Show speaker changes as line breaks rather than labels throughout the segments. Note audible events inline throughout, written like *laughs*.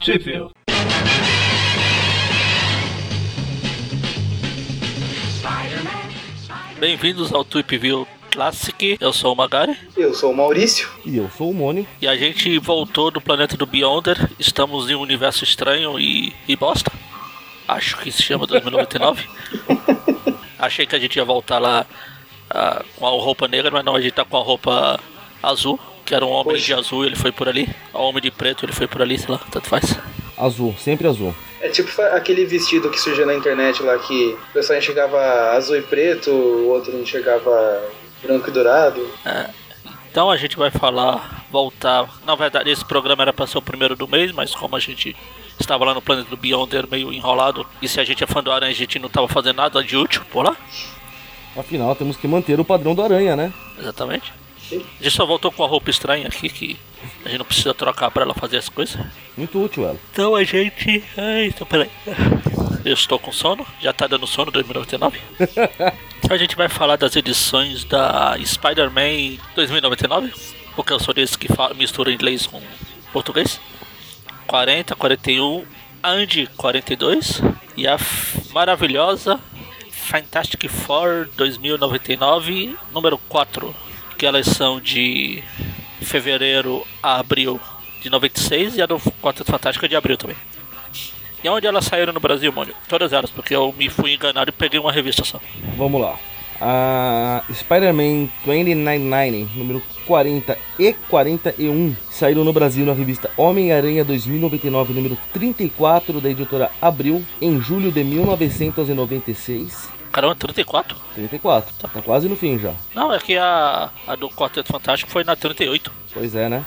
Sheffield. Bem-vindos ao Trip View Classic. Eu sou o Magari.
Eu sou o Maurício.
E eu sou o Mônio.
E a gente voltou do planeta do Beyonder. Estamos em um universo estranho e, e bosta. Acho que se chama 2099. Achei que a gente ia voltar lá ah, com a roupa negra, mas não, a gente tá com a roupa azul. Que era um homem
Poxa.
de azul e ele foi por ali. Um homem de preto ele foi por ali, sei lá, tanto faz.
Azul, sempre azul.
É tipo fa- aquele vestido que surgiu na internet lá que o pessoal enxergava azul e preto, o outro enxergava branco e dourado. *laughs*
Então a gente vai falar, voltar. Na verdade, esse programa era para ser o primeiro do mês, mas como a gente estava lá no planeta do Beyonder meio enrolado, e se a gente é fã do Aranha, a gente não estava fazendo nada de útil por lá.
Afinal, temos que manter o padrão do aranha, né?
Exatamente. A gente só voltou com a roupa estranha aqui, que a gente não precisa trocar para ela fazer as coisas.
Muito útil ela.
Então a gente. Ai, então peraí. Eu estou com sono, já tá dando sono *laughs* 2099. Então a gente vai falar das edições da Spider-Man 2099, porque eu sou desse que fala, mistura inglês com português. 40, 41, Andy 42 e a f- maravilhosa Fantastic Four 2099, número 4, que elas são de fevereiro a abril de 96 e a do Quarteto Fantástico é de abril também. E onde elas saíram no Brasil, Mônio? Todas elas, porque eu me fui enganado e peguei uma revista só.
Vamos lá. A Spider-Man 2099, número 40 e 41, saíram no Brasil na revista Homem-Aranha 2099, número 34, da editora Abril, em julho de 1996.
Caramba, 34?
34, tá quase no fim já.
Não, é que a, a do Quarteto Fantástico foi na 38.
Pois é, né?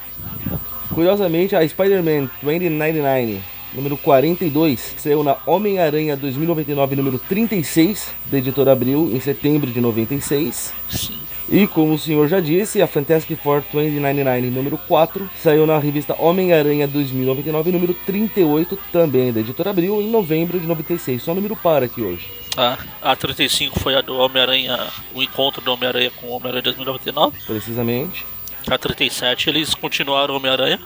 Curiosamente, a Spider-Man 2099, número 42, saiu na Homem-Aranha 2099, número 36, da editora Abril, em setembro de 96.
Sim.
E como o senhor já disse, a Fantastic Four 2099, número 4, saiu na revista Homem-Aranha 2099, número 38, também da editora Abril, em novembro de 96. Só um número par aqui hoje.
A, a 35 foi a do Homem-Aranha, o encontro do Homem-Aranha com o Homem-Aranha 2099.
Precisamente.
A 37 eles continuaram o Homem-Aranha,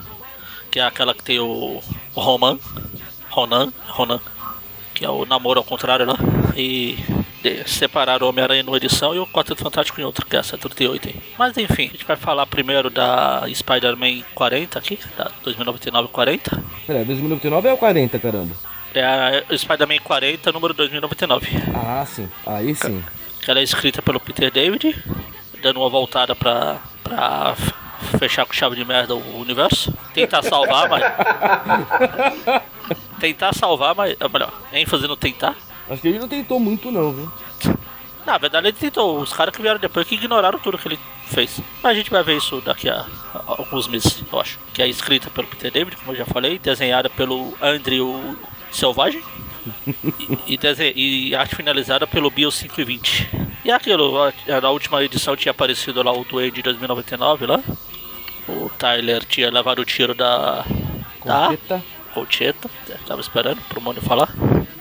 que é aquela que tem o o Roman, Ronan, Ronan, que é o namoro ao contrário lá. E de- separaram o Homem-Aranha numa edição e o Quarteto Fantástico em outra, que é essa 38 aí. Mas enfim, a gente vai falar primeiro da Spider-Man 40 aqui, da 2099-40.
Pera, 2099 é o 40, caramba.
É a Spider-Man 40, número 2099.
Ah, sim. Aí sim.
que ela é escrita pelo Peter David, dando uma voltada pra, pra f- fechar com chave de merda o universo. Tentar salvar, mas. tentar salvar, mas. Ou melhor, ênfase no tentar.
Acho que ele não tentou muito, não, viu?
Na verdade, ele tentou. Os caras que vieram depois que ignoraram tudo que ele fez. Mas a gente vai ver isso daqui a, a- a alguns meses, eu acho. Que é escrita pelo Peter David, como eu já falei, desenhada pelo Andrew Selvagem. e, e dese- e arte finalizada pelo Bio 520. E aquilo, ó, na última edição tinha aparecido lá o Duende de 2099 lá. O Tyler tinha levado o tiro da. da
Concheta.
Concheta, tava esperando pro Mônio falar.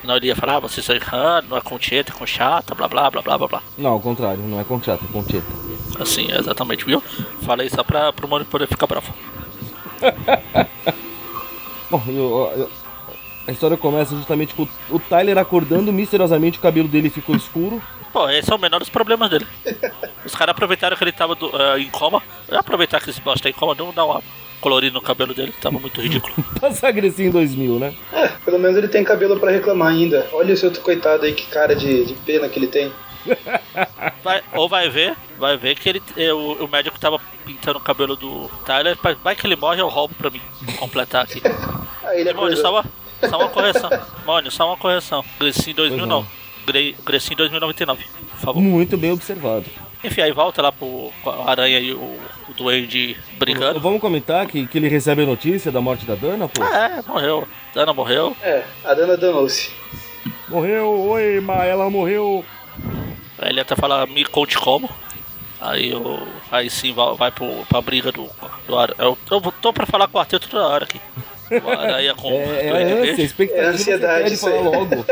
Não, ele ia falar, ah, vocês estão errando, não é Concheta, é Conchata, blá blá blá blá blá blá.
Não, ao contrário, não é Conchata, é Concheta.
Assim, é exatamente, viu? Falei só pra, pro Mônio poder ficar bravo.
Bom, eu- eu- a história começa justamente com o Tyler acordando misteriosamente, o cabelo dele ficou escuro. *laughs*
Pô, esse é o menor dos problemas dele. Os caras aproveitaram que ele tava do- eh, em coma. Aproveitar que esse bosta tá em coma, não dá uma colorida no cabelo dele, que tava muito ridículo.
Passa Grecinha em 2000, né?
É, pelo menos ele tem cabelo pra reclamar ainda. Olha esse outro coitado aí, que cara de, de pena que ele tem.
Vai- ou vai ver, vai ver que ele, eh, o, o médico tava pintando o cabelo do Tyler. vai- Vai que ele morre, eu roubo pra mim completar aqui.
Aí ele
Mônio, só
acordou.
uma, só uma correção. Mônio, só uma correção. Cresci em 2000
Pois
não.
não.
Gre- Cresci em 2099, por favor.
Muito bem observado.
Enfim, aí volta lá pro com a Aranha e o, o Duende brigando.
Vamos comentar que, que ele recebe a notícia da morte da Dana, pô?
Ah, é, morreu. Dana morreu.
É, a Dana danou-se.
Morreu, oi, ma, ela morreu.
Aí ele até fala, me conte como. Aí, o, aí sim vai, vai pro, pra briga do, do Aranha. Eu, eu vou- tô pra falar quarteto toda hora aqui. O Aranha com
É, é
o Duende
a ânsia, a
Verde.
expectativa
É a ansiedade,
que
isso
você quer de falar
aí.
logo.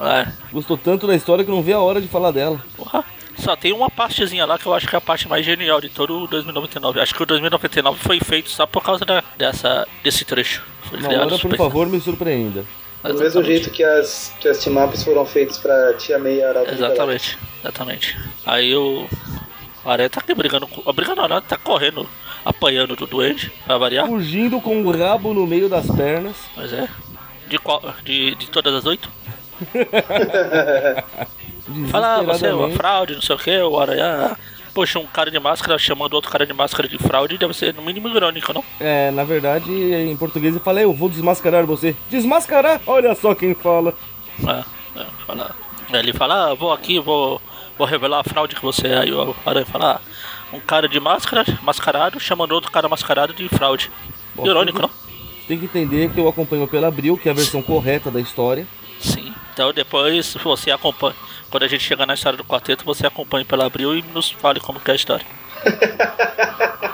É.
Gostou tanto da história que não vê a hora de falar dela.
Porra, Só tem uma partezinha lá que eu acho que é a parte mais genial de todo o 2099. Acho que o 2099 foi feito só por causa da, dessa, desse trecho. Foi
Não,
criado
agora, por
super-
favor, me surpreenda.
Do mesmo
Exatamente.
jeito que as, que as team-ups foram feitas pra Tia May e Arauto
Exatamente, exatamente. Aí o. O Aranha tá aqui brigando com. ah, Brigando não, né? tá correndo, apanhando do duende, pra variar.
Fugindo com o rabo no meio das pernas.
Mas é. De qual. De, de todas as oito? Fala, ah, você é uma
desesperadamente.
fraude, não sei o que, o Aranha. Poxa, um cara de máscara chamando outro cara de máscara de fraude deve ser no mínimo irônico, não?
É, na verdade, em português ele fala, eu vou desmascarar você. Desmascarar? Olha só quem fala.
É, é, fala- Ele fala, ah, vou aqui, vou, vou revelar a fraude que você é. Aí o Aranha fala, ah, um cara de máscara, mascarado, chamando outro cara mascarado de fraude.
Bom,
Irônico, não?
tudo- Tem que entender que eu acompanho pela Abril, que é a versão correta da história.
Sim. Então depois você acompanha. Quando a gente chegar na história do quarteto, você acompanha pela abril e nos fale como que é a história.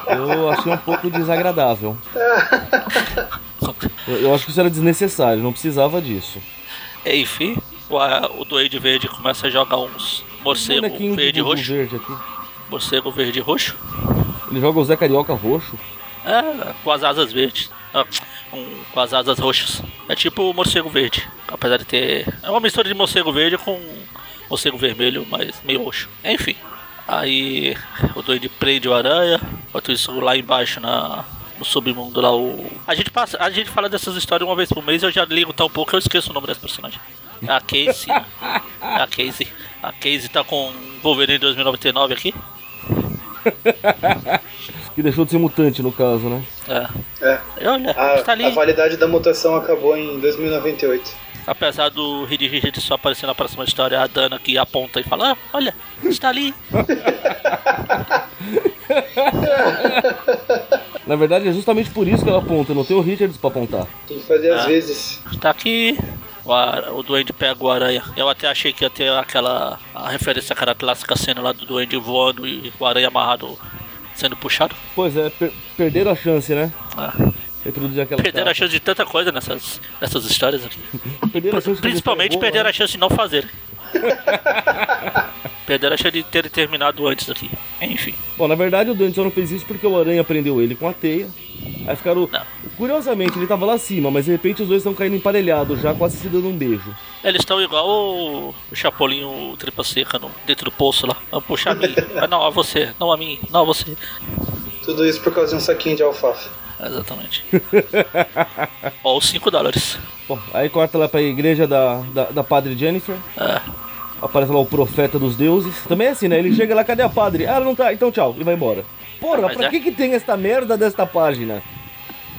Eu achei um pouco desagradável. Eu, eu acho que isso era desnecessário, não precisava disso.
*laughs* Enfim, o, a- o Duende Verde começa a jogar uns morcego
Um Bonequinho do
verde e
Gugu
roxo.
verde aqui.
Morcego verde e roxo.
Ele joga o Zé Carioca roxo.
É, com as asas verdes. Ah, um- com as asas roxas. É tipo o morcego verde. Apesar de ter. É uma mistura de morcego verde com morcego vermelho, mas meio roxo. Enfim. Aí o doido prende o aranha. Enquanto isso, lá embaixo na. No submundo lá, o. A gente, passa, a gente fala dessas histórias uma vez por mês, eu já ligo tão pouco que eu esqueço o nome dessa personagem. É A Casey. É a Casey. A Casey tá com Wolverine 2099 aqui.
Que deixou de ser mutante, no caso, né?
É.
É.
E olha,
A,
tá ali.
a validade da mutação acabou em 2098.
Apesar do Reed Richards só aparecer na próxima história, a Dana que aponta e fala: ah, olha, está ali.
Na verdade, é justamente por isso que ela aponta. Não tem o Richards pra apontar.
Tem que fazer às
Ah.
vezes.
Tá aqui. O, ara- o Duende pega o aranha. Eu até achei que ia ter aquela a referência àquela clássica cena lá do Duende voando e o aranha amarrado sendo puxado.
Pois é, per- perderam a chance, né?
Ah,
Reproduzir aquela
perderam a
capa.
chance de tanta coisa nessas, nessas histórias aqui.
Perderam a chance. de fazer
Principalmente
boa, né?
perderam a chance de não
*laughs*
fazer. perderam a chance de ter terminado antes aqui. Enfim.
Bom, na verdade o Dante só não fez isso porque o Aranha prendeu ele com a teia. Aí ficaram.
Não.
Curiosamente, ele tava lá acima, mas de repente os dois estão caindo emparelhados já, quase se dando um beijo.
Eles estão igual o, o Chapolin, o tripa seca, no- dentro do poço lá. Ah, Puxa a mim, Ah, não, a você, não a mim, não a você.
Tudo isso por causa de um saquinho de alfafa.
Ah,
*laughs*
Exatamente. Ó, os 5 dólares.
Bom, aí corta lá pra igreja da, da, da Padre Jennifer.
É,
Aparece lá o profeta dos deuses. Também é
*laughs*
assim, né? Ele chega lá, cadê a padre? Ah, ela não tá, então tchau, e vai embora. Porra,
Mas
pra
é.
que que tem esta merda desta página?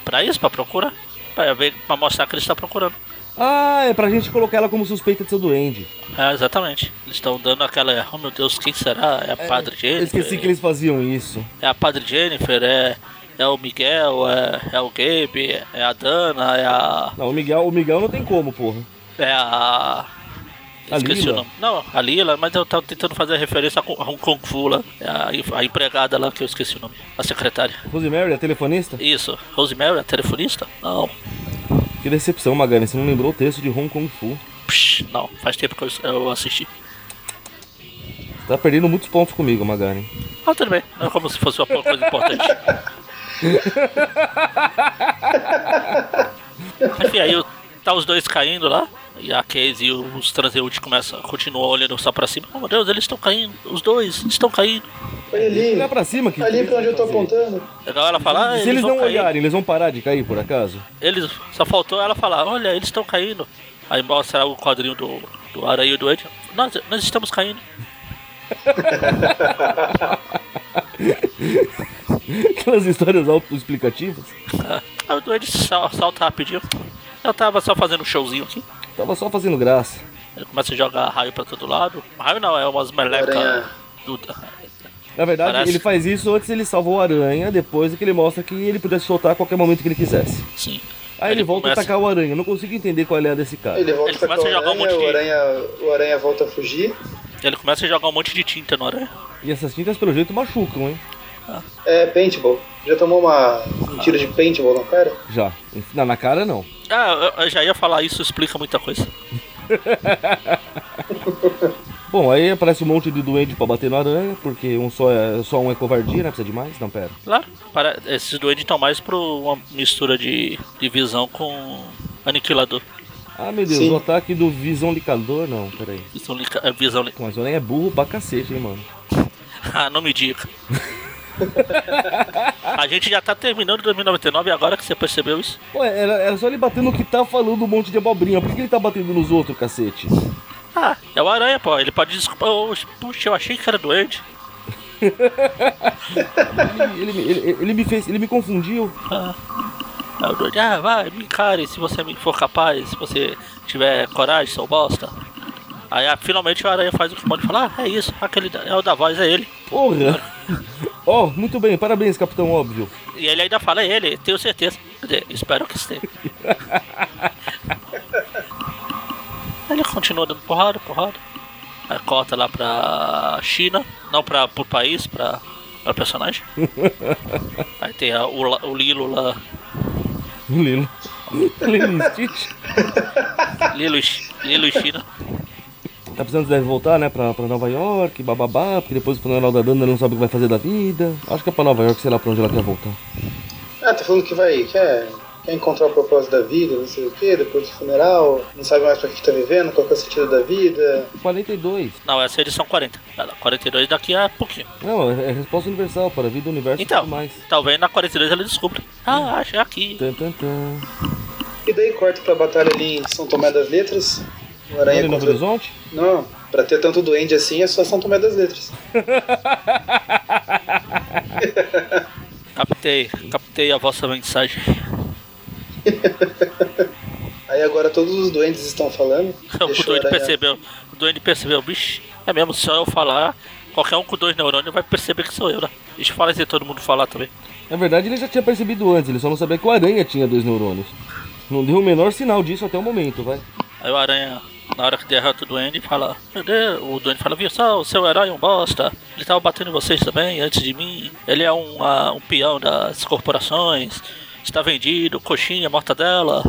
pra isso, pra procurar. Pra, ver, pra mostrar que eles estão procurando.
Ah, é pra gente colocar ela como suspeita de ser doente.
É, exatamente. Eles estão dando aquela. Oh meu Deus, quem será? É a Padre
Eu
Jennifer?
esqueci que eles faziam isso.
É a Padre Jennifer, é, é o Miguel, é, é o Gabe, é a Dana, é a.
Não, o Miguel, o Miguel não tem como, porra.
É a.
A
Esqueci
Lila?
o nome. Não, a Lila, mas eu tava tentando fazer a referência a Kung- a um Kung Fu lá. É A, a empregada lá que eu esqueci o nome. A secretária.
Rosemary, a é telefonista?
Isso. Rosemary, a telefonista? Não.
Que decepção, Magani, você não lembrou o texto de Hong Kong Fu.
Psh, não, faz tempo que eu, eu assisti.
Tá perdendo muitos pontos comigo, Magari.
Ah, tudo bem. Não é como se fosse uma coisa importante.
*laughs*
Enfim, aí o- tá os dois caindo lá. E a Case e os transeúntes começam, continuam olhando só pra cima. Oh, meu Deus, eles estão caindo. Os dois estão caindo.
Olha ali.
Olha pra cima É, que.
Ali pra onde eu tô
fazer.
apontando.
Legal ela fala, ah,
Se eles
vão
não
cair.
olharem, eles vão parar de cair por acaso? *laughs*
Eles, só faltou ela falar, olha, eles estão caindo. Aí mostra o quadrinho do, do Aranha e do Ed. Nós, nós estamos caindo.
Aquelas histórias autoexplicativas.
É. Aí o Duende sal, salta rapidinho. Eu tava só fazendo um showzinho aqui.
Tava só fazendo graça.
Ele começa a jogar raio pra todo lado. Raio não, é umas melecas.
Aranha.
do-
Na verdade,
Parece-
ele faz isso antes ele salva o aranha, depois é que ele mostra que ele podia se soltar a qualquer momento que ele quisesse.
Sim.
Aí ele, volta
começa,
a atacar o aranha. Eu Não consigo entender qual é a desse cara.
Ele volta
Ele
pra
começa a
o
jogar um
aranha,
monte de-
o aranha, o aranha volta a fugir.
Ele começa a jogar um monte de tinta no aranha.
E essas tintas, pelo jeito, machucam, hein?
É, paintball. Já tomou uma, um tiro de paintball na cara?
Já. Na, na cara, não.
Ah, eu, eu já ia falar isso, explica muita coisa.
Bom, Bom, aí aparece um monte de doente pra bater na aranha, porque um só, é, só um é covardia, né? Precisa de mais? Não, pera.
Claro, para, esses duendes estão mais pra uma mistura de, de visão com aniquilador.
Ah, meu Deus,
Sim.
o ataque do Visão de Calor, não, peraí.
Visão, lica- é, visão li-
Pô, Mas o Aranha é burro pra cacete, hein, mano.
Ah, não me diga. A gente já tá terminando 2099 agora que você percebeu isso.
Pô, era, era só ele bater no que tá falando um monte de abobrinha. Por que ele tá batendo nos outros, cacete?
Ah, é o Aranha, pô. Ele pode desculpar. Oh, puxa, eu achei que era doente.
Ele, ele, me- ele- ele me fez, ele me confundiu.
Ah, é o doente. Ah, vai, me encare se você me for capaz, se você tiver coragem, seu bosta. Aí ah, finalmente o Aranha faz o que pode falar. Ah, é isso, aquele da- é o da voz, é ele.
Porra! Ó, muito bem, parabéns, Capitão Óbvio. *laughs*
E ele ainda fala, é ele, tenho certeza. Quer dizer, espero que esteja. ele continua dando porrada, porrada. Aí corta lá pra China, não pra, pro país, pra, pra personagem. Aí tem a- o, La- o Lilo lá,
Lilo. Lilo e Stitch.
Lilo, e Chi- Lilo e China.
Tá precisando deve voltar, né, pra, pra Nova York, bababá, porque depois o funeral da Dana não sabe o que vai fazer da vida. Acho que é pra Nova York, sei lá pra onde ela quer voltar.
Ah, tá falando que vai, quer, quer encontrar o propósito da vida, não sei o quê, depois do funeral, não sabe mais pra que tá vivendo, qual que é o sentido da vida.
42.
Não, essa é a edição 40. Ela- 42 daqui a pouquinho.
Não, é, é resposta universal para a vida, o universo e
Então,
tudo é mais.
talvez na 42 ele descubra. Ah, acho aqui.
Tan, tan, tan.
E daí corta pra batalha ali em São Tomé das Letras. O
Olha
Aranha
em Novo
contra...
Horizonte?
Não, pra ter tanto duende assim é só São Tomé das Letras.
Captei, captei a vossa mensagem.
Aí agora todos os duendes estão falando.
*laughs* o
Deixa o
doente
Aranha-
percebeu. O doente percebeu, bicho. É mesmo, se eu falar, qualquer um com dois neurônios vai perceber que sou eu, né? Deixa eu falar se todo mundo falar também.
Na verdade, ele já tinha percebido antes, ele só não sabia que o Aranha tinha dois neurônios. Não deu o menor sinal disso até o momento, vai.
Aí o aranha, na hora que derrota o doente, fala: Meu Deus, o doente fala: Viu só, o seu herói é um bosta. Ele tava batendo em vocês também antes de mim. Ele é um, ah, um peão das corporações. Está vendido, coxinha, mortadela.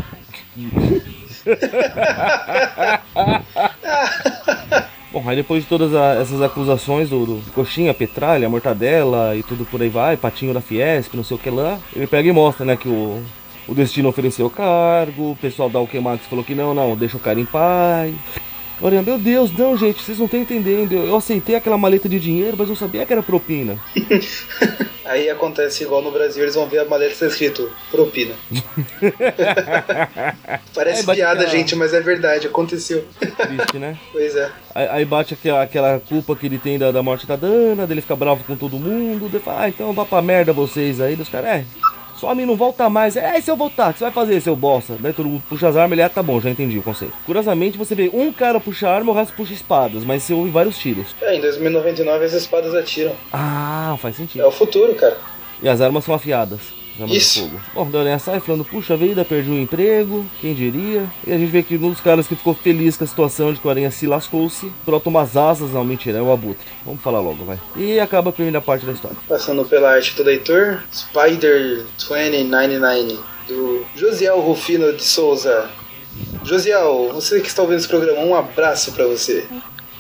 Bom, aí depois de todas a- essas acusações do, do coxinha, petralha, mortadela e tudo por aí vai, patinho da Fiesp, não sei o que lá, ele pega e mostra, né, que o, o Destino ofereceu o cargo, o pessoal da Alquemax falou que não, não, deixa o cara em paz. Olha, meu Deus, não, gente, vocês não estão entendendo. Eu eu aceitei aquela maleta de dinheiro, mas não sabia que era propina.
Aí acontece igual no Brasil, eles vão ver a maleta tá escrito
*laughs*
propina.
É,
Parece
bate
piada,
aquela-
gente, mas é verdade, aconteceu.
Triste, né?
Pois é.
Aí, aí bate aquela, aquela culpa que ele tem da, da morte da Dana, dele fica bravo com todo mundo, dele fala, ah, então vá pra merda vocês aí, dos caras, é, some e não volta mais, é, e se eu voltar, o que você vai fazer, seu bosta? Daí todo mundo puxa as armas, ele, ah, tá bom, já entendi o conceito. Curiosamente, você vê um cara puxa arma, o resto puxa espadas, mas você ouve vários tiros.
É, em 2099 as espadas atiram.
Ah, faz
É
sentido.
o futuro, cara.
E as armas são afiadas. as armas de
Isso.
fogo. Bom, Dorinha sai falando, puxa vida, perdi o emprego, quem diria? E a gente vê que um dos caras que ficou feliz com a situação de que o Aranha se lascou-se, brota umas asas, não, mentira, é o Abutre. Vamos falar logo, vai. E acaba a primeira parte da história.
Passando pela arte do leitor, Spider 2099, do Josiel Rufino de Souza. Josiel, você que está ouvindo esse programa, um abraço pra você.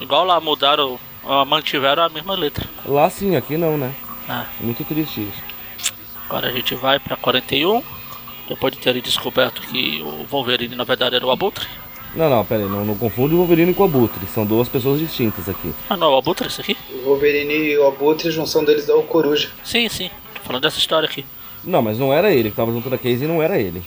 Igual lá mudaram, ah, mantiveram a mesma letra.
Lá sim, aqui não, né?
Ah.
Muito triste isso.
Agora a gente vai pra 41. Depois de terem descoberto que o Wolverine na verdade era o Abutre.
Não, não, pera aí, não, não confunde o Wolverine com o Abutre, são duas pessoas distintas aqui.
Ah não, é o Abutre esse aqui?
O Wolverine e o Abutre, a junção deles dá o Coruja.
Sim, sim. Tô falando dessa história aqui.
Não, mas não era ele que tava junto da Casey, não era ele.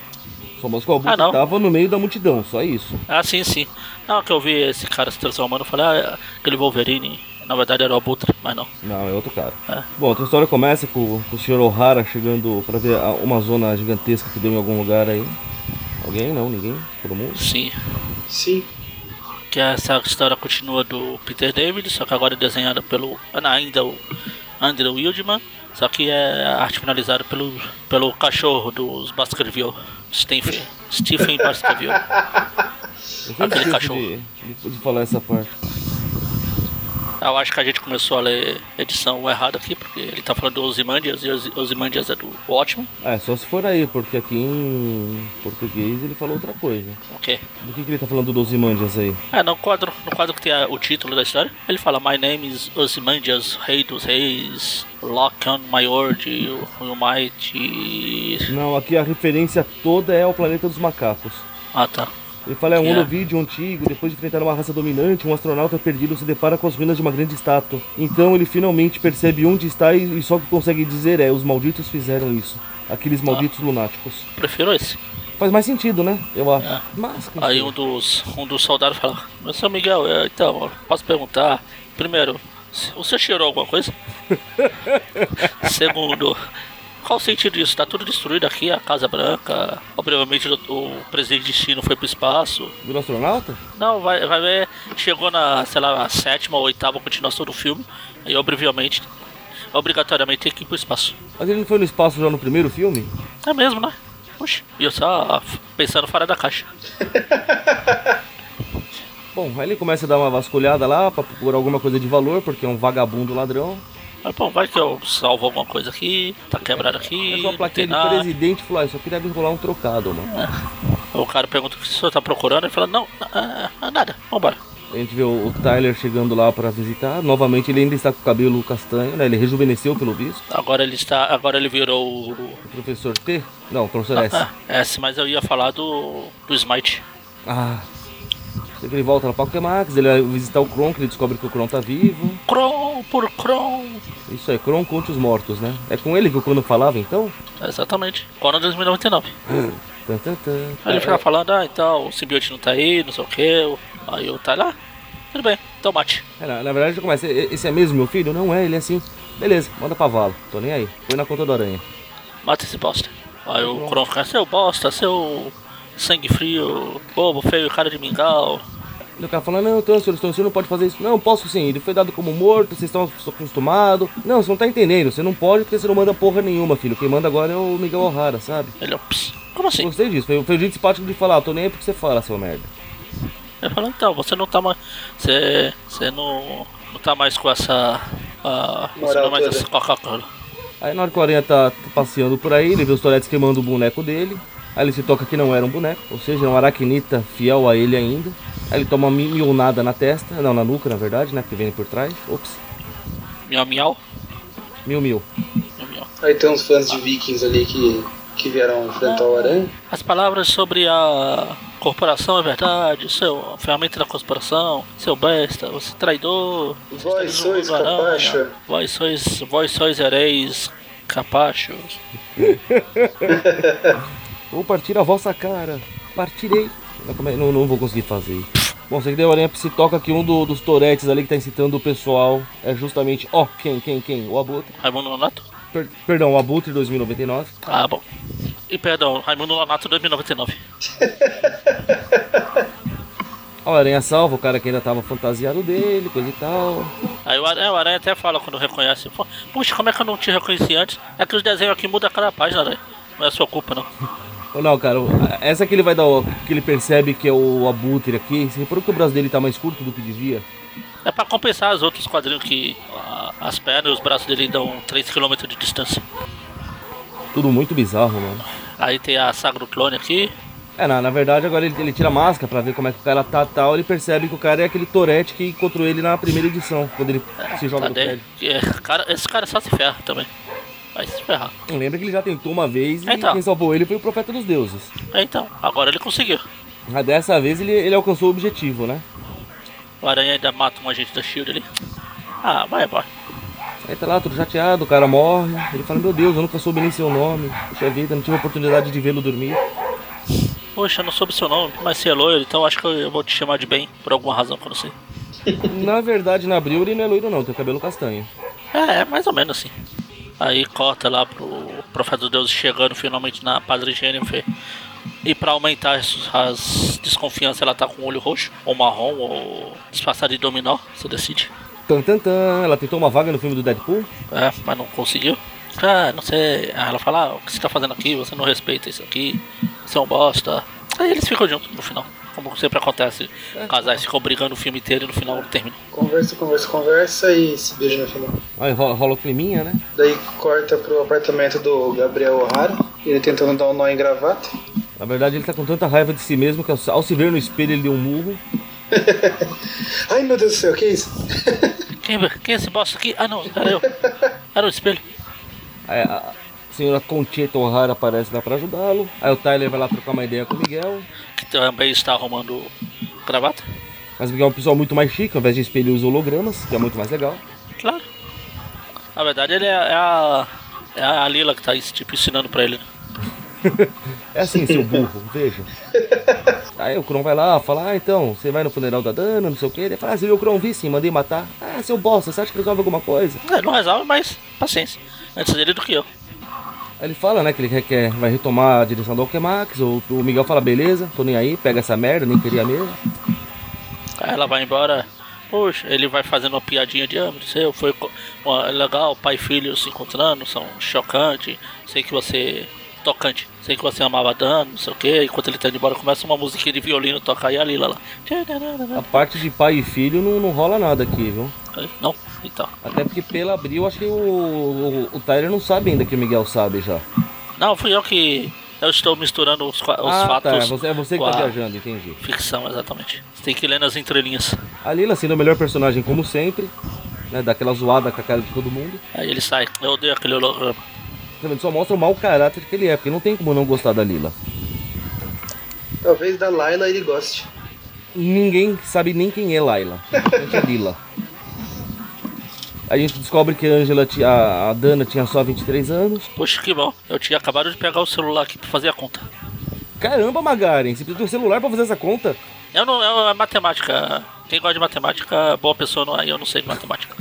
Só mostra que o Abutre
Ah, não.
tava no meio da multidão, só isso.
Ah, sim, sim. Na hora que eu vi esse cara se transformando, eu falei, ah, aquele Wolverine na verdade era o Abutre, mas não.
Não, é outro cara.
É.
Bom, a outra história começa com, com o senhor O'Hara chegando pra ver a- uma zona gigantesca que deu em algum lugar aí. Alguém? Não, ninguém? Todo mundo?
Sim.
Sim.
Que essa história continua do Peter David, só que agora é desenhada pelo. ah, não, ainda o Andrew Wildman. Só que é a arte finalizada pelo, pelo cachorro dos Baskerville, Stephen, Stephen Baskerville.
Eu sempre
Aquele
esqueço
cachorro.
de, de, de falar essa parte.
Eu acho que a gente começou a ler edição errada aqui, porque ele tá falando do Ozymandias e Ozy- Ozymandias é do Watchmen.
É, só se for aí, porque aqui em português ele falou outra coisa.
Ok.
Do que, que ele tá falando dos Imandias aí?
É, no quadro, no quadro que tem a- o título da história, ele fala My name is Ozymandias, rei dos reis, Lock on my word, you, you might...
Não, aqui a referência toda é ao planeta dos macacos.
Ah, tá.
Ele fala, é um
Yeah.
holovídeo antigo, depois de enfrentar uma raça dominante, um astronauta perdido se depara com as ruínas de uma grande estátua. Então ele finalmente percebe onde está e, e só que consegue dizer é, os malditos fizeram isso.
Ah.
Aqueles malditos lunáticos.
Prefiro esse.
Faz mais sentido, né? Eu acho.
Yeah.
Mas, quem
É. Aí
sabe?
um dos, um dos soldados fala, meu senhor Miguel, é, então, posso perguntar? Primeiro, se- você cheirou alguma coisa? Segundo, qual o sentido disso? Tá tudo destruído aqui, a Casa Branca, obviamente o, o presidente de China foi pro espaço.
Virou astronauta?
Não, vai, vai ver, chegou na, sei lá, na sétima ou oitava continuação do filme, e obviamente, obrigatoriamente tem que ir pro espaço.
Mas ele não foi no espaço já no primeiro filme?
É mesmo, né? Puxa, e eu só pensando fora da caixa.
Bom, aí ele começa a dar uma vasculhada lá pra procurar alguma coisa de valor, porque é um vagabundo ladrão.
Mas bom, vai que eu salvo alguma coisa aqui, tá quebrado aqui.
Pega
não
uma
tem
É plaquinha de
nada.
presidente e falou, ah, isso aqui deve rolar um trocado, mano.
O cara pergunta o que o senhor tá procurando, ele fala, não, ah, ah, nada, vambora.
A gente vê o o Tyler chegando lá pra visitar. Novamente ele ainda está com o cabelo castanho, né? Ele rejuvenesceu pelo visto.
Agora ele está. Agora ele virou o.
O professor T? Não, o professor
*laughs*
S.
Ah, S, mas eu ia falar do. do Smite.
Ah. Sei que ele volta lá pra Pokémax, é ele vai visitar o Kron, que ele descobre que o Kron tá vivo.
Cron por Cron!
Isso aí, Kron conte os mortos, né? É com ele que o Kron falava então?
Exatamente. Conan 2099.
Tan, tan, tan.
Aí ele fica falando, ah, então o simbionte não tá aí, não sei o que. Aí eu tá lá. Tudo bem, então mate.
É, na, na verdade, começa. "E- Esse é mesmo meu filho? Não é, ele é assim. Beleza, manda pra vala. Tô nem aí. Põe na conta do aranha.
Mata esse bosta. Aí
Tá
o Kron fica, seu bosta, seu sangue frio, bobo, feio, cara de mingau.
E o cara fala, não, então, senhor, senhor, o senhor não pode fazer isso. Não, posso sim, ele foi dado como morto, vocês estão acostumados. Não, você não tá entendendo, você não pode porque você não manda porra nenhuma, filho. Quem manda agora é o Miguel O'Hara, sabe?
Ele, "Ps, como assim?
Gostei disso, foi, foi o jeito simpático de falar, "Ah, tô nem aí porque você fala, seu merda.
Ele falou, então, você não tá mais. Você. Você não. não tá mais com essa. ah, você não
Moral
é mais
toda.
essa Coca-Cola.
Aí na hora que o Aranha tá passeando por aí, ele vê os toretes queimando o boneco dele. Aí ele se toca que não era um boneco, ou seja, é um aracnita fiel a ele ainda. Aí ele toma uma mi- mionada na testa, não, na nuca na verdade, né, que vem por trás. Ops,
Miau miau.
mil mil.
Miau, miau.
Aí tem uns fãs de Vikings ali que, que vieram enfrentar o Aranha.
As palavras sobre a corporação é verdade, seu ferramenta da corporação, seu besta, você traidor.
Vós
você traidor
sois
do aranha,
capacho.
Vós sois, vós sois hereis capachos.
Vou partir a vossa cara. Partirei. Não, como é- não- não vou conseguir fazer. Bom, sei que deu aranha se toca que um do- dos toretes ali que tá incitando o pessoal é justamente. Ó, quem, quem, quem? O Abutre.
Raimundo Nonato?
Per- perdão, o Abutre 2099.
Ah, bom. E perdão, Raimundo Nonato 2099.
Ó, a aranha salva o cara que ainda tava fantasiado dele, coisa e tal.
Aí o Aranha, o Aranha até fala quando reconhece. "Pô, Puxa, como é que eu não te reconheci antes? É que os desenhos aqui mudam a cada página, Aranha. Não é sua culpa, não.
Ou não, cara, o- essa que ele vai dar. o- que ele percebe que é o Abutre aqui. Você reparou que o braço dele tá mais curto do que devia?
É pra compensar os outros quadrinhos que a- as pernas e os braços dele dão 3km de distância.
Tudo muito bizarro, mano.
Aí tem a saga do clone aqui.
É, na, na verdade, agora ele, ele tira a máscara pra ver como é que o cara tá tal. Ele percebe que o cara é aquele Torete que encontrou ele na primeira edição, quando ele se joga
Tá
do
dele.
prédio.
É, cara, esse cara só se ferra também. Vai se ferrar.
Lembra que ele já tentou uma vez e
Então.
quem salvou ele foi o Profeta dos Deuses.
É, Então, agora ele conseguiu.
Mas dessa vez ele, ele alcançou o objetivo, né?
O Aranha ainda mata um agente da Shield ali. Ah, vai, vai.
Aí tá lá, todo chateado, o cara morre. Ele fala: Meu Deus, eu nunca soube nem seu nome. Puxa vida, não tive a oportunidade de vê-lo dormir.
Poxa, eu não soube seu nome, mas você é loiro, então acho que eu vou te chamar de bem, por alguma razão que eu não sei.
na verdade, na abril ele não é loiro, não, tem o cabelo castanho.
É, é mais ou menos assim. Aí corta lá pro Profeta dos Deuses chegando finalmente na Padre Jennifer. E pra aumentar as, as desconfianças, ela tá com o olho roxo, ou marrom, ou disfarçada de dominó, você decide.
Tan, tan, tan. Ela tentou uma vaga no filme do Deadpool.
É, mas não conseguiu. Ah, não sei. Aí ela é fala, ah, o que você tá fazendo aqui? Você não respeita isso aqui. Você é um bosta. Aí eles ficam juntos no final. Como sempre acontece, casais ficam brigando o filme inteiro e no final não termina.
Conversa, conversa, conversa e se beija no final.
Aí rola, rola o climinha, né?
Daí corta pro apartamento do Gabriel O'Hara, ele tentando dar um nó em gravata.
Na verdade, ele tá com tanta raiva de si mesmo que ao se ver no espelho ele deu um murro.
Ai meu Deus do céu, que é isso? *laughs*
Quem, quem é esse bosta aqui? Ah não, era eu. Era o espelho.
Aí a senhora Concheta O'Hara aparece lá pra ajudá-lo. Aí o Tyler vai lá trocar uma ideia com o Miguel.
Que também está arrumando gravata.
Mas o Miguel é um pessoal muito mais chique, ao invés de espelho usa hologramas, que é muito mais legal.
Claro. Na verdade, ele é, é a, é a Lila que tá tipo, ensinando pra ele. né?
É assim, seu burro, *laughs* veja. Aí o Kron vai lá, fala, ah, então, você vai no funeral da Dana, não sei o que. Ele fala, ah, você viu o Kron, vi sim, mandei matar. Ah, seu bosta, você acha que resolve alguma coisa?
É, não resolve, mas paciência. Antes dele do que eu.
Aí ele fala, né, que ele quer, quer- vai retomar a direção do Alquemax. O, o Miguel fala, beleza, tô nem aí, pega essa merda, nem queria mesmo.
Aí ela vai embora. Poxa, ele vai fazendo uma piadinha de âmbito. Seu foi co- uma- é legal, pai e filho se encontrando, são chocante. Sei que você. Tocante, sei que você amava dano, não sei o que. Enquanto ele tá indo embora, começa uma musiquinha de violino tocar e a Lila lá.
A parte de pai e filho não, não rola nada aqui, viu?
Não, então.
Até porque pela abril, acho que o, o, o Tyler não sabe ainda que o Miguel sabe já.
Não, fui eu que. Eu estou misturando os, qua- os
ah,
fatos.
tá, é você, é você que
com
tá
a
viajando, entendi.
Ficção, exatamente. Você tem que ler nas entrelinhas.
A Lila sendo o melhor personagem, como sempre, né, dá aquela zoada com a cara de todo mundo.
Aí ele sai. Eu odeio aquele holograma.
Também só mostra o mau caráter que ele é, porque não tem como não gostar da Lila.
Talvez da Laila ele goste.
Ninguém sabe nem quem é Laila. Simplesmente a Lila. A gente descobre que a Angela, ti- a, a Dana tinha só 23 anos.
Poxa, que bom. Eu tinha acabado de pegar o celular aqui pra fazer a conta.
Caramba, Magaren, você precisa de um celular pra fazer essa conta?
Eu não, eu, é matemática. Quem gosta de matemática, boa pessoa não é, eu não sei de
*laughs*
matemática.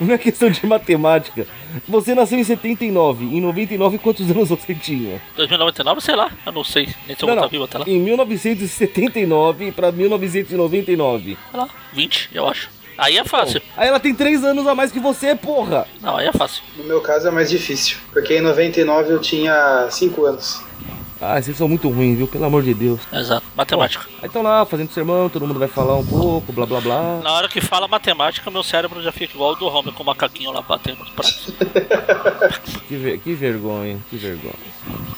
Não é questão de matemática. Você nasceu em 79. Em 99, quantos anos você tinha?
2099, sei lá, eu não sei. Nem se eu vou estar vivo até lá.
Em 1979 pra 1999.
Sei lá, 20, eu acho. Aí é fácil.
Aí ela tem 3 anos a mais que você, porra!
Não, aí é fácil.
No meu caso é mais difícil, porque em 99 eu tinha 5 anos.
Ah, vocês são muito ruins, viu? Pelo amor de Deus.
Exato, matemática.
Aí estão lá fazendo sermão, todo mundo vai falar um pouco, blá blá blá.
Na hora que fala matemática, meu cérebro já fica igual o do Homer com o macaquinho lá batendo nos
*laughs*
pratos.
Que, ver- que vergonha, que vergonha.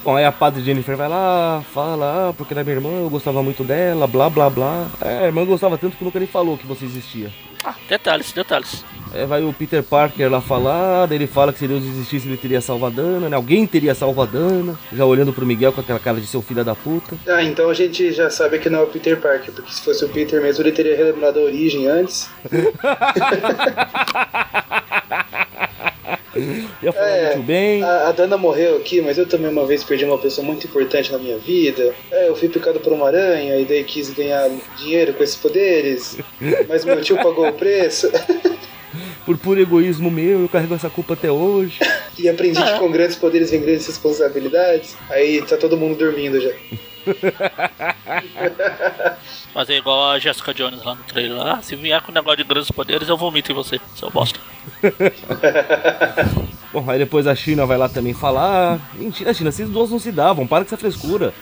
Bom, aí a padre Jennifer vai lá, fala, ah, porque era minha irmã, eu gostava muito dela, blá blá blá. É, a irmã gostava tanto que nunca nem falou que você existia.
Ah, detalhes, detalhes.
Aí É, vai o Peter Parker lá falar, daí ele fala que se Deus existisse ele teria salvado a Dana, né? Alguém teria salvado a Dana, já olhando pro Miguel com aquela cara de seu filho da puta.
Ah, então a gente já sabe que não é o Peter Parker, porque se fosse o Peter mesmo ele teria relembrado a origem antes.
Ia falar
É.
muito bem.
A, a Dana morreu aqui, mas eu também uma vez perdi uma pessoa muito importante na minha vida. É, eu fui picado por uma aranha e daí quis ganhar dinheiro com esses poderes, mas meu tio pagou o preço *laughs*
Por puro egoísmo meu, eu carrego essa culpa até hoje.
e aprendi que com grandes poderes vem grandes responsabilidades. Aí tá todo mundo dormindo já.
Mas é igual a Jessica Jones lá no trailer. Ah, se vier com negócio de grandes poderes, eu vomito em você, seu bosta.
Bom, aí depois a China vai lá também falar. Mentira, China, vocês duas não se davam, para com essa frescura.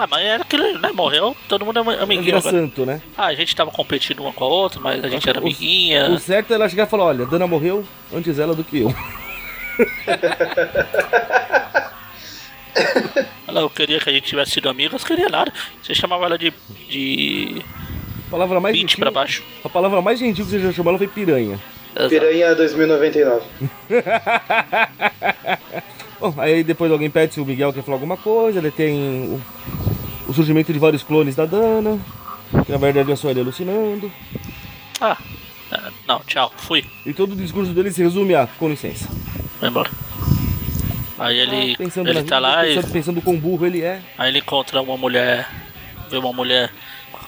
Ah, mas era aquilo, né? Morreu, todo mundo é amiguinho
Vira
agora.
santo, né?
Ah, a gente tava competindo uma com a outra, mas a gente era
Os-
amiguinha.
O certo é ela chegar e falar, olha, Dana morreu antes ela do que eu. *laughs*
Ela eu queria que a gente tivesse sido amigas, queria nada. Você chamava ela de. de.
A palavra mais
Beat
gentil,
pra baixo.
A palavra mais gentil que você já chamou ela foi piranha.
Exato.
Piranha 2099.
Bom, aí depois alguém pede se o Miguel quer falar alguma coisa, ele tem o, o surgimento de vários clones da Dana, que na verdade é só ele alucinando.
Ah, ah, não, tchau, fui.
E todo o discurso dele se resume a, com licença.
Vai embora. Aí ele.
Ah, pensando
ele
na
tá
vida,
lá e.
pensando, pensando quão burro ele é.
Aí ele encontra uma mulher. Vê uma mulher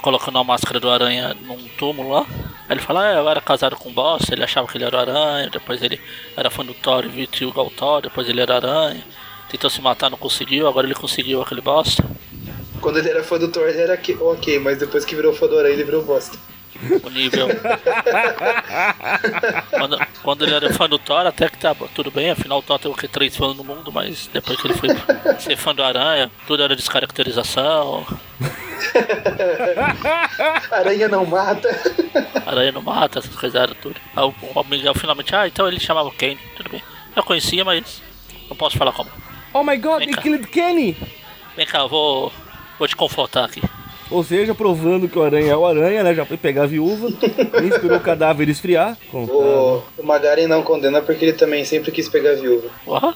colocando a máscara do aranha num túmulo lá. Aí ele fala, ah, eu era casado com o boss, ele achava que ele era o aranha, depois ele era fã do Thor e vitiu o Galtor, depois ele era aranha. Tentou se matar, não conseguiu, agora ele conseguiu aquele bosta.
Quando ele era fã do Thor, ele era que- ok, mas depois que virou fã do Aranha, ele virou bosta.
O nível. quando, quando ele era fã do Thor, até que tá tudo bem, afinal o Thor tem o que? Três fãs no mundo, mas depois que ele foi ser fã do Aranha, tudo era descaracterização.
Aranha não mata.
Aranha no mata, essas coisas tudo. Aí o, o Miguel finalmente, ah, então ele chamava Kenny, tudo bem. Eu conhecia, mas não posso falar como.
Oh my god,
Vem
they
cá.
killed Kenny!
Vem cá, eu vou, vou te confortar aqui.
Ou seja, provando que o aranha é o aranha, né? Já foi pegar
*laughs*
a viúva, nem esperou o cadáver esfriar. Contava.
O, o Magaren não condena porque ele também sempre quis pegar a viúva.
Ó,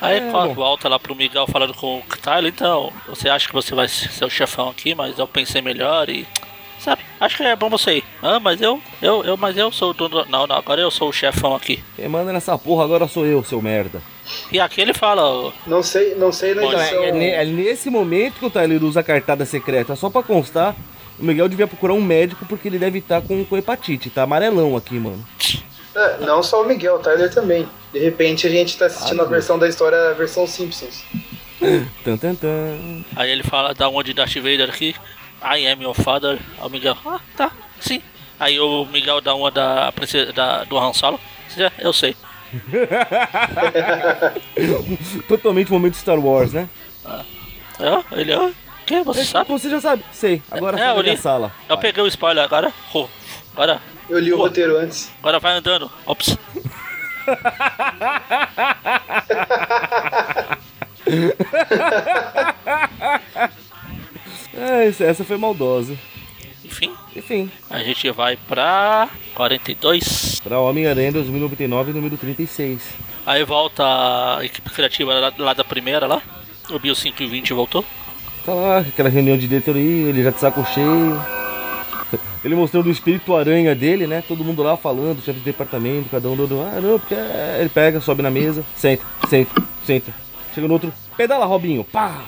Aí quando volta lá pro Miguel falando com o Tyler, então, você acha que você vai ser o chefão aqui, mas eu pensei melhor e. Sabe, acho que é bom você ir. Ah, mas eu. Eu, eu, mas eu sou o dono. do- Não, não, agora eu sou o chefão aqui.
Quem manda nessa porra agora sou eu, seu merda.
E aqui ele fala, ó,
Não sei, não sei na
Então,
É,
edição.
é ne- é nesse momento que o Tyler usa a cartada secreta. Só pra constar, o Miguel devia procurar um médico porque ele deve estar com, com hepatite. Tá amarelão aqui, mano.
É, não só o Miguel, o Tyler também. De repente a gente tá assistindo
Ah,
a versão da história, a versão Simpsons.
Tan, tan, tan.
Aí ele fala da onde Darth Vader aqui. I am your father. Aí o Miguel, ah, tá, sim. Aí o Miguel dá uma da, princesa- da- do Han Solo. "Já, Eu sei.
Totalmente um momento Star Wars, né?
Ah, ele, ah, que você
É,
sabe?
Você já sabe. Sei. Agora
É,
sai
eu
da minha
li.
sala.
Eu
Vai.
peguei o spoiler agora. Ro- Agora,
Eu li o
Pô.
roteiro antes.
agora vai andando. Ops.
É, essa- essa foi maldosa.
Enfim,
Enfim,
a gente vai pra 42.
pra Homem-Aranha 2099, número 36.
Aí volta a equipe criativa lá, lá da primeira lá. O Bill 520 voltou.
Tá lá, aquela reunião de diretoria, ele já de saco cheio. Ele mostrando o espírito aranha dele, né? Todo mundo lá falando, chefe de departamento, cada um dando. Ah, não, porque é-" ele pega, sobe na mesa, senta, senta, senta. Chega no outro, pedala, Robinho, pá!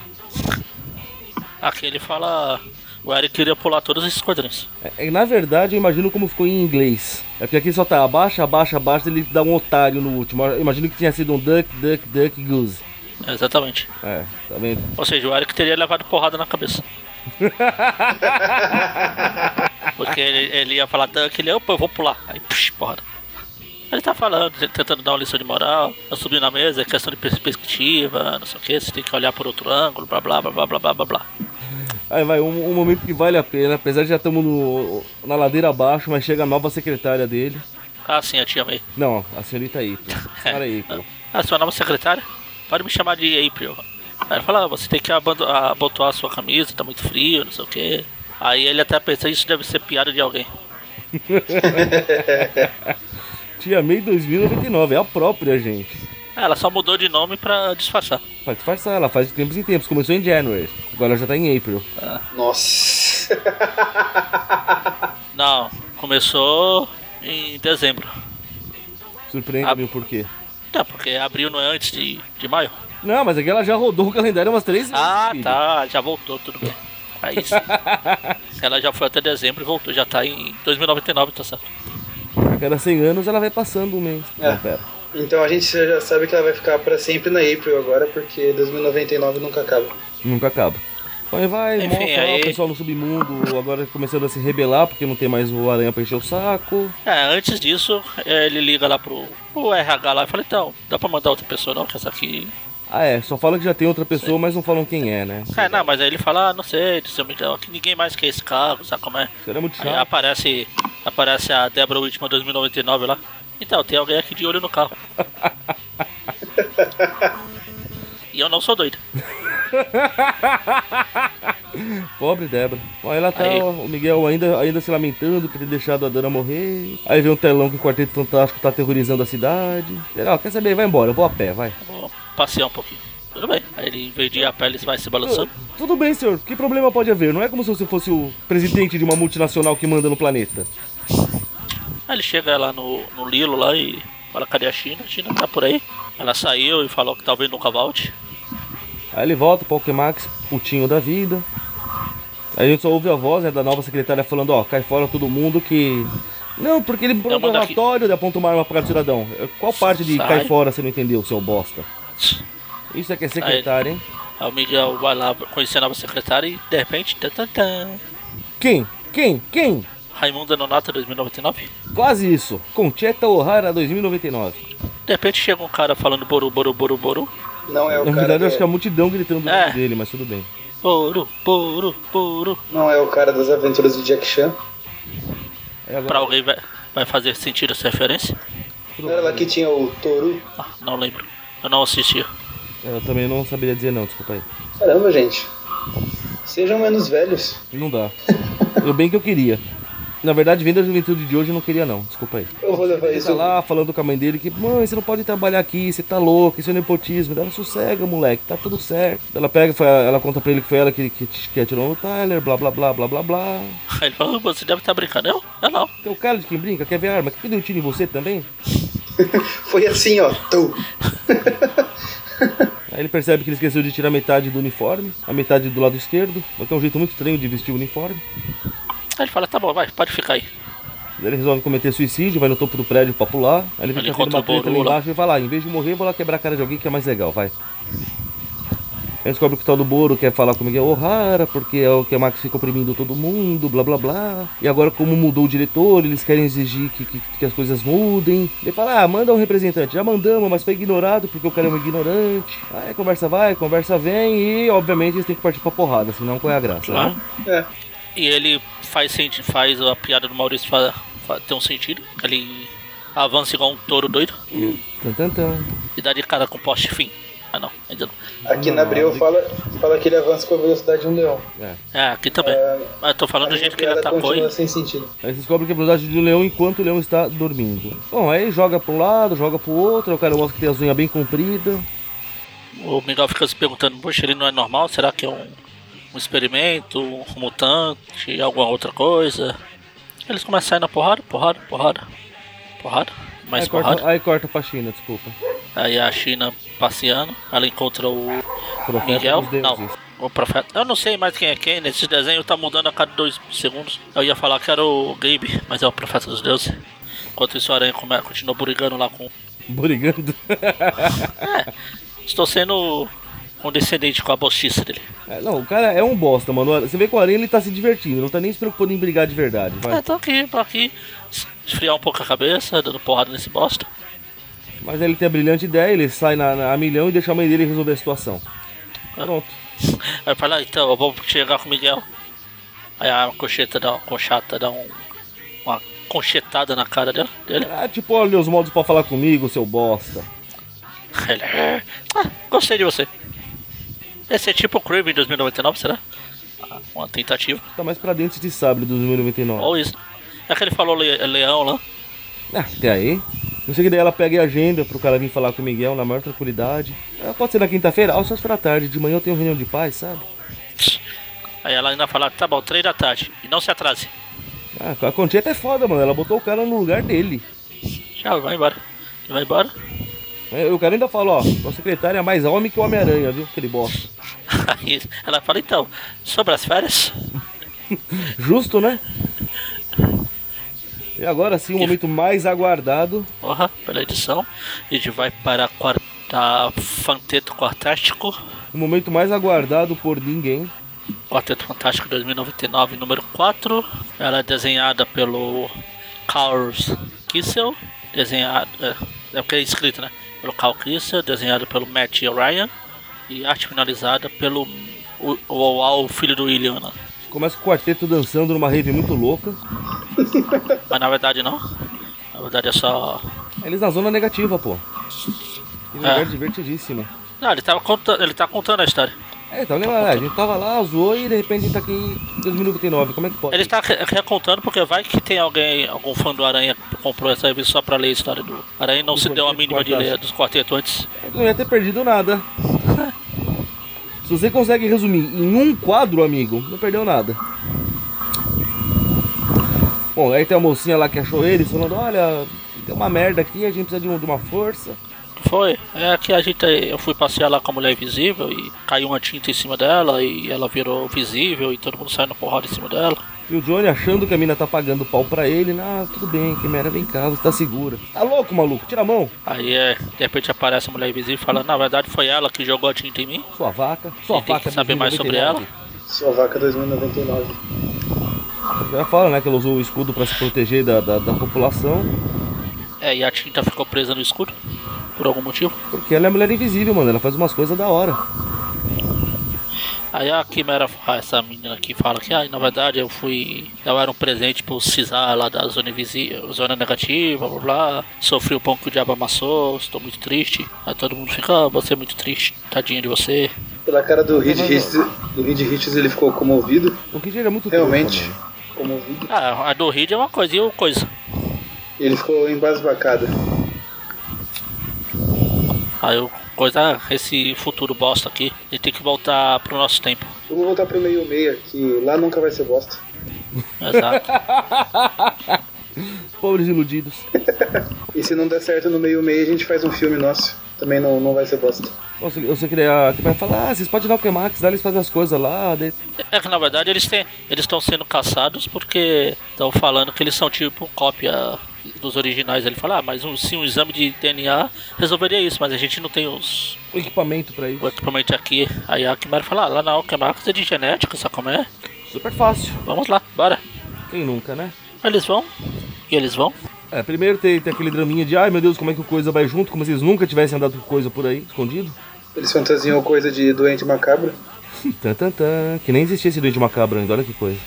Aqui ele fala. O Eric queria pular todos esses quadrinhos.
É- é, na verdade, eu imagino como ficou em inglês. É porque aqui só tá abaixa, abaixa, abaixa, ele dá um otário no último. Eu imagino que tinha sido um duck, duck, duck, goose.
Exatamente.
É, tá vendo?
Ou seja, o Eric teria levado porrada na
*laughs*
cabeça. Porque ele, ele ia falar tanque, ele, opa, eu vou pular. Aí, psh, porrada. Ele tá falando, t- tentando dar uma lição de moral, eu subi na mesa, é questão de pers- perspectiva, não sei o que, você tem que olhar por outro ângulo, blá blá blá blá blá blá blá blá.
Aí vai, um, um momento que vale a pena, apesar de já estamos na ladeira abaixo, mas chega a nova secretária dele.
Ah, sim, eu te amei.
Não, a senhorita April.
*laughs*
Para aí, April.
Ah, sua nova secretária? Pode me chamar de April. Aí ela fala, ah, você tem que abando- abotoar a sua camisa, tá muito frio, não sei o que. Aí ele até pensa, isso deve ser piada de alguém.
Tia May 2099, é a própria, gente.
Ah, Ela só mudou de nome pra disfarçar.
Pra disfarçar, ela faz de tempos em tempos. Começou em January, agora já tá em April.
Nossa. *laughs*
Não, começou em dezembro.
Surpreenda-me o porquê.
Tá, porque abril não é antes de, de maio.
Não, mas aqui ela já rodou o calendário umas três vezes.
Ah,
filho.
tá, já voltou, tudo bem. Aí sim. Ela já foi até dezembro e voltou, já tá em 2099, tá certo.
A cada 100 anos ela vai passando um mês.
É.
Não, pera.
Então a gente já sabe que ela vai ficar pra sempre na April agora, porque 2099 nunca acaba.
Nunca acaba. Aí vai,
Enfim,
mostra lá
aí-
o pessoal no submundo agora começando a se rebelar porque não tem mais o aranha pra encher o saco.
É, antes disso, eh, ele liga lá pro, pro RH lá e fala, então, dá pra mandar outra pessoa não, que essa aqui.
Ah, é, só falam que já tem outra pessoa, mas não falam quem é, né?
É, não, mas aí ele fala, ah, não sei, seu Miguel, aqui ninguém mais quer esse cargo, sabe como é?
Será muito
Aí
chato.
aparece, aparece a Deborah Whitman 2099 lá. Então, tem alguém aqui de olho no carro. e eu não sou doido.
Pobre Débora. Ó, Aí lá tá
Aí.
ó, o Miguel ainda, ainda se lamentando por ter deixado a Dana morrer. Aí vem um telão que o Quarteto Fantástico tá aterrorizando a cidade. Ele, ó, quer saber? Vai embora, eu vou a pé, vai.
Vou passear um pouquinho. Tudo bem. Aí ele, em vez de ir a pé, ele vai se balançando.
Tudo bem, senhor. Que problema pode haver? Não é como se você fosse o presidente de uma multinacional que manda no planeta.
Aí ele chega lá no, no Lilo lá e fala, cadê a China? A China tá por aí. Ela saiu e falou que talvez nunca volte.
Aí ele volta, Pokémax, putinho da vida. Aí a gente só ouve a voz né, da nova secretária falando, ó, cai fora todo mundo que. Não, porque ele põe
Eu
um
mando Então aqui.
relatório de aponta uma arma pra cada cidadão. Qual parte de
Sai.
cai fora você não entendeu, seu bosta? Isso é que é secretária, hein?
Aí o Miguel vai lá conhecer a nova secretária e de repente. Tan, tan, tan,
Quem? Quem? Quem?
Raimunda Nonata 2099.
Quase isso. Concheta O'Hara 2099.
De repente chega um cara falando boru, boru, boru, boru.
Não é o
Na
cara.
verdade, eu
da-
acho que é a multidão gritando do
É.
lado dele, mas tudo bem.
Boru, boru, boru.
Não é o cara das aventuras do Jack Chan.
Aí É, agora-
Pra alguém vai, vai fazer sentido essa referência?
Uhum.
Não era lá que tinha o Toru?
Ah, não lembro. Eu não assistia.
é, Eu também não saberia dizer não, desculpa aí.
Caramba, gente. Sejam menos velhos.
Não dá. Eu bem que eu queria. Na verdade, vendo a juventude de hoje, eu não queria não, desculpa aí.
Eu vou levar
Ele tá
isso.
lá falando com a mãe dele que, mãe, você não pode trabalhar aqui, você tá louco, isso é nepotismo. Ela sossega, moleque, tá tudo certo. Ela pega, foi- ela conta pra ele que foi ela que, que, que atirou no Tyler, blá blá blá blá blá blá.
Aí ele fala, "Ah, você deve estar brincando. Eu? Eu não.
Tem o cara de quem brinca, quer ver a arma? Quer deu tiro em você também?
Foi assim, ó. Tum.
Aí ele percebe que ele esqueceu de tirar metade do uniforme, a metade do lado esquerdo, mas tem um jeito muito estranho de vestir o uniforme.
Aí ele fala, tá bom, vai, pode ficar aí.
Daí Ele resolve cometer suicídio, vai no topo do prédio pra pular. Aí ele fica tendo
encontra
uma
o
treta ali
Boru lá.
embaixo e vai lá, em vez de morrer, vou lá quebrar a cara de alguém que é mais legal, vai. Aí descobre que o tal do Boro quer falar com o Miguel O'Hara, porque é o que a Max fica oprimindo todo mundo, blá blá blá. E agora, como mudou o diretor, eles querem exigir que, que, que as coisas mudem. Ele fala, ah, manda um representante. Já mandamos, mas foi ignorado porque o cara é um ignorante. Aí conversa vai, conversa vem e, obviamente, eles têm que partir pra porrada, senão qual é a graça? né?
Claro.
É.
E ele faz, senti- faz a piada do Maurício fa, fa- ter um sentido. que Ele avança igual um touro doido
Tan, tan, tan.
e dá de cara com o poste fim. Ah não, ainda não.
Aqui na Abril fala, fala que ele avança com a velocidade de um leão.
É.
É, aqui também. Mas eu tô falando do
A
jeito que
piada
ele atacou
continua
ele.
sem sentido.
Aí você descobre que é a velocidade do leão enquanto o leão está dormindo. Bom, aí joga para um lado, joga pro outro, aí o cara mostra que tem as unhas bem compridas.
O Miguel fica se perguntando, poxa, ele não é normal? Será que é um, um experimento, um mutante, alguma outra coisa? Eles começam a sair na porrada, porrada, porrada, porrada, mais
Aí
porrada.
É, corta, aí corta pra China, desculpa.
Aí a China passeando, ela encontra o
Profeta
Miguel.
dos deuses.
Não, o profeta. Eu não sei mais quem é quem, nesse desenho tá mudando a cada dois segundos. Eu ia falar que era o Gabe, mas é o profeta dos deuses. Enquanto isso, a aranha come- continua brigando lá com.
*laughs* Brigando. *laughs*
Estou sendo condescendente com a bostiça dele.
É, não, o cara é um bosta, mano. Você vê que o Aranha ele tá se divertindo, não tá nem se preocupando em brigar de verdade.
É,
vai.
tô aqui, tô aqui. Esfriar um pouco a cabeça, dando porrada nesse bosta.
Mas aí ele tem a brilhante ideia, ele sai na, na- a milhão e deixa a mãe dele resolver a situação. Pronto.
Aí fala, "Ah, então, eu vou chegar com o Miguel. Aí a concheta dá, conchata dá um, uma conchetada na cara dela- dele.
Ah, tipo, olha os modos pra falar comigo, seu bosta.
Ele, "Ah, gostei de você. Esse é tipo o Crave em 2099, será? Ah, Uma tentativa.
Tá mais pra dentro de sabre do 2099.
Ou isso. É que ele falou le- leão lá.
Ah, até aí. Não sei que daí ela pega a agenda pro cara vir falar com o Miguel na maior tranquilidade. Ah, pode ser na quinta-feira? Ah, só se for à tarde. De manhã eu tenho reunião de paz, sabe?
Aí ela ainda fala, tá bom, três da tarde. E não se atrase.
Ah, a Concheta é foda, mano. Ela botou o cara no lugar dele.
Já vai embora. Ele vai embora. *laughs*
É, O cara ainda fala, ó, sua secretária é mais homem que o Homem-Aranha, viu? Aquele bosta.
Aí ela fala, então, sobre as férias.
Justo, né? E agora sim, o momento mais aguardado.
Porra, pela edição. A gente vai para a quarta. Fanteto Quartástico.
O um momento mais aguardado por ninguém.
Quarteto Fantástico 2099, número 4. Ela é desenhada pelo Carl Kissel. Desenhado. É, é porque é escrito, né? Pelo Carl Kissel, desenhado pelo Matt Ryan. E arte finalizada pelo. O, o, o filho do William, né?
Começa com o quarteto dançando numa rave muito louca.
Mas na verdade não. Na verdade é só.
Eles na zona negativa, pô. Um lugar
Ah.
divertidíssimo.
Não, ele, tava contando, ele tá contando a história.
É, então, lembra, lá, a gente tava lá, zoou e de repente a gente tá aqui em 2099, como é que pode?
Ele está re- recontando porque vai que tem alguém, algum fã do Aranha que comprou essa revista só pra ler a história do Aranha e não
Do
se deu a
quarteto
mínima de
fantástico.
ler dos quartetos antes.
Eu Não ia ter perdido nada. *laughs* Se você consegue resumir em um quadro, amigo, não perdeu nada. Bom, aí tem a mocinha lá que achou eles falando, olha, tem uma merda aqui, a gente precisa de, um- de uma força.
Foi, é que a gente eu fui passear lá com a mulher invisível e caiu uma tinta em cima dela e ela virou visível e todo mundo saiu na porrada em cima dela.
E o Johnny achando que a mina tá pagando pau pra ele, ah, tudo bem, que merda, vem cá, você tá segura. Tá louco, maluco? Tira a mão,
Aí é, de repente aparece a mulher invisível falando, na verdade foi ela que jogou a tinta em mim.
sua vaca, sua
E tem
vaca.
que saber mais sobre
2099.
ela.
Sua vaca 2099.
Já fala, né, que ela usou o escudo pra se proteger da, da, da população.
É, e a tinta ficou presa no escudo, por algum motivo.
Porque ela é a mulher invisível, mano. Ela faz umas coisas da hora.
Aí a Quimera, ah, essa menina aqui fala que, ah, na verdade eu fui. Eu era um presente pro Cisar lá da zona, invisível, zona negativa, blá blá. Sofri o pão que o diabo amassou, estou muito triste. Aí todo mundo fica, ah, você é muito triste, tadinha de você.
Pela cara do Reed Hitch, do Reed Hitch ele ficou comovido,
O que gera muito
realmente.
Tempo,
Comovido.
Ah, a do Reed é uma coisa e uma coisa.
Ele ficou embasbacado.
Aí o coisa, ah, esse futuro bosta aqui, ele tem que voltar pro nosso tempo.
Eu vou voltar pro meio meia, que lá nunca vai ser bosta.
Exato.
Pobres iludidos.
E se não der certo no meio meia, a gente faz um filme nosso. Também não, não vai ser bosta.
Nossa, eu sei que daí a que vai falar, ah, vocês podem dar o Clemax, lá eles fazem as coisas lá. daí-
É que na verdade eles têm, eles estão sendo caçados porque estão falando que eles são tipo cópia dos originais. Ele fala, ah, mas um, sim, um exame de DNA resolveria isso, mas a gente não tem os,
O equipamento pra isso.
o equipamento aqui. Aí a Kimera fala, ah, lá na Alquemax é de genética, sabe como é?
Super fácil.
Vamos lá, bora.
Quem nunca, né?
Aí eles vão, e eles vão.
É, primeiro tem, tem aquele draminha de, ai meu Deus, como é que o coisa vai junto, como se eles nunca tivessem andado com coisa por aí, escondido.
Eles fantasiam coisa de doente macabro.
Tan, tan, tan. Que nem existia esse doente macabro ainda, olha que coisa.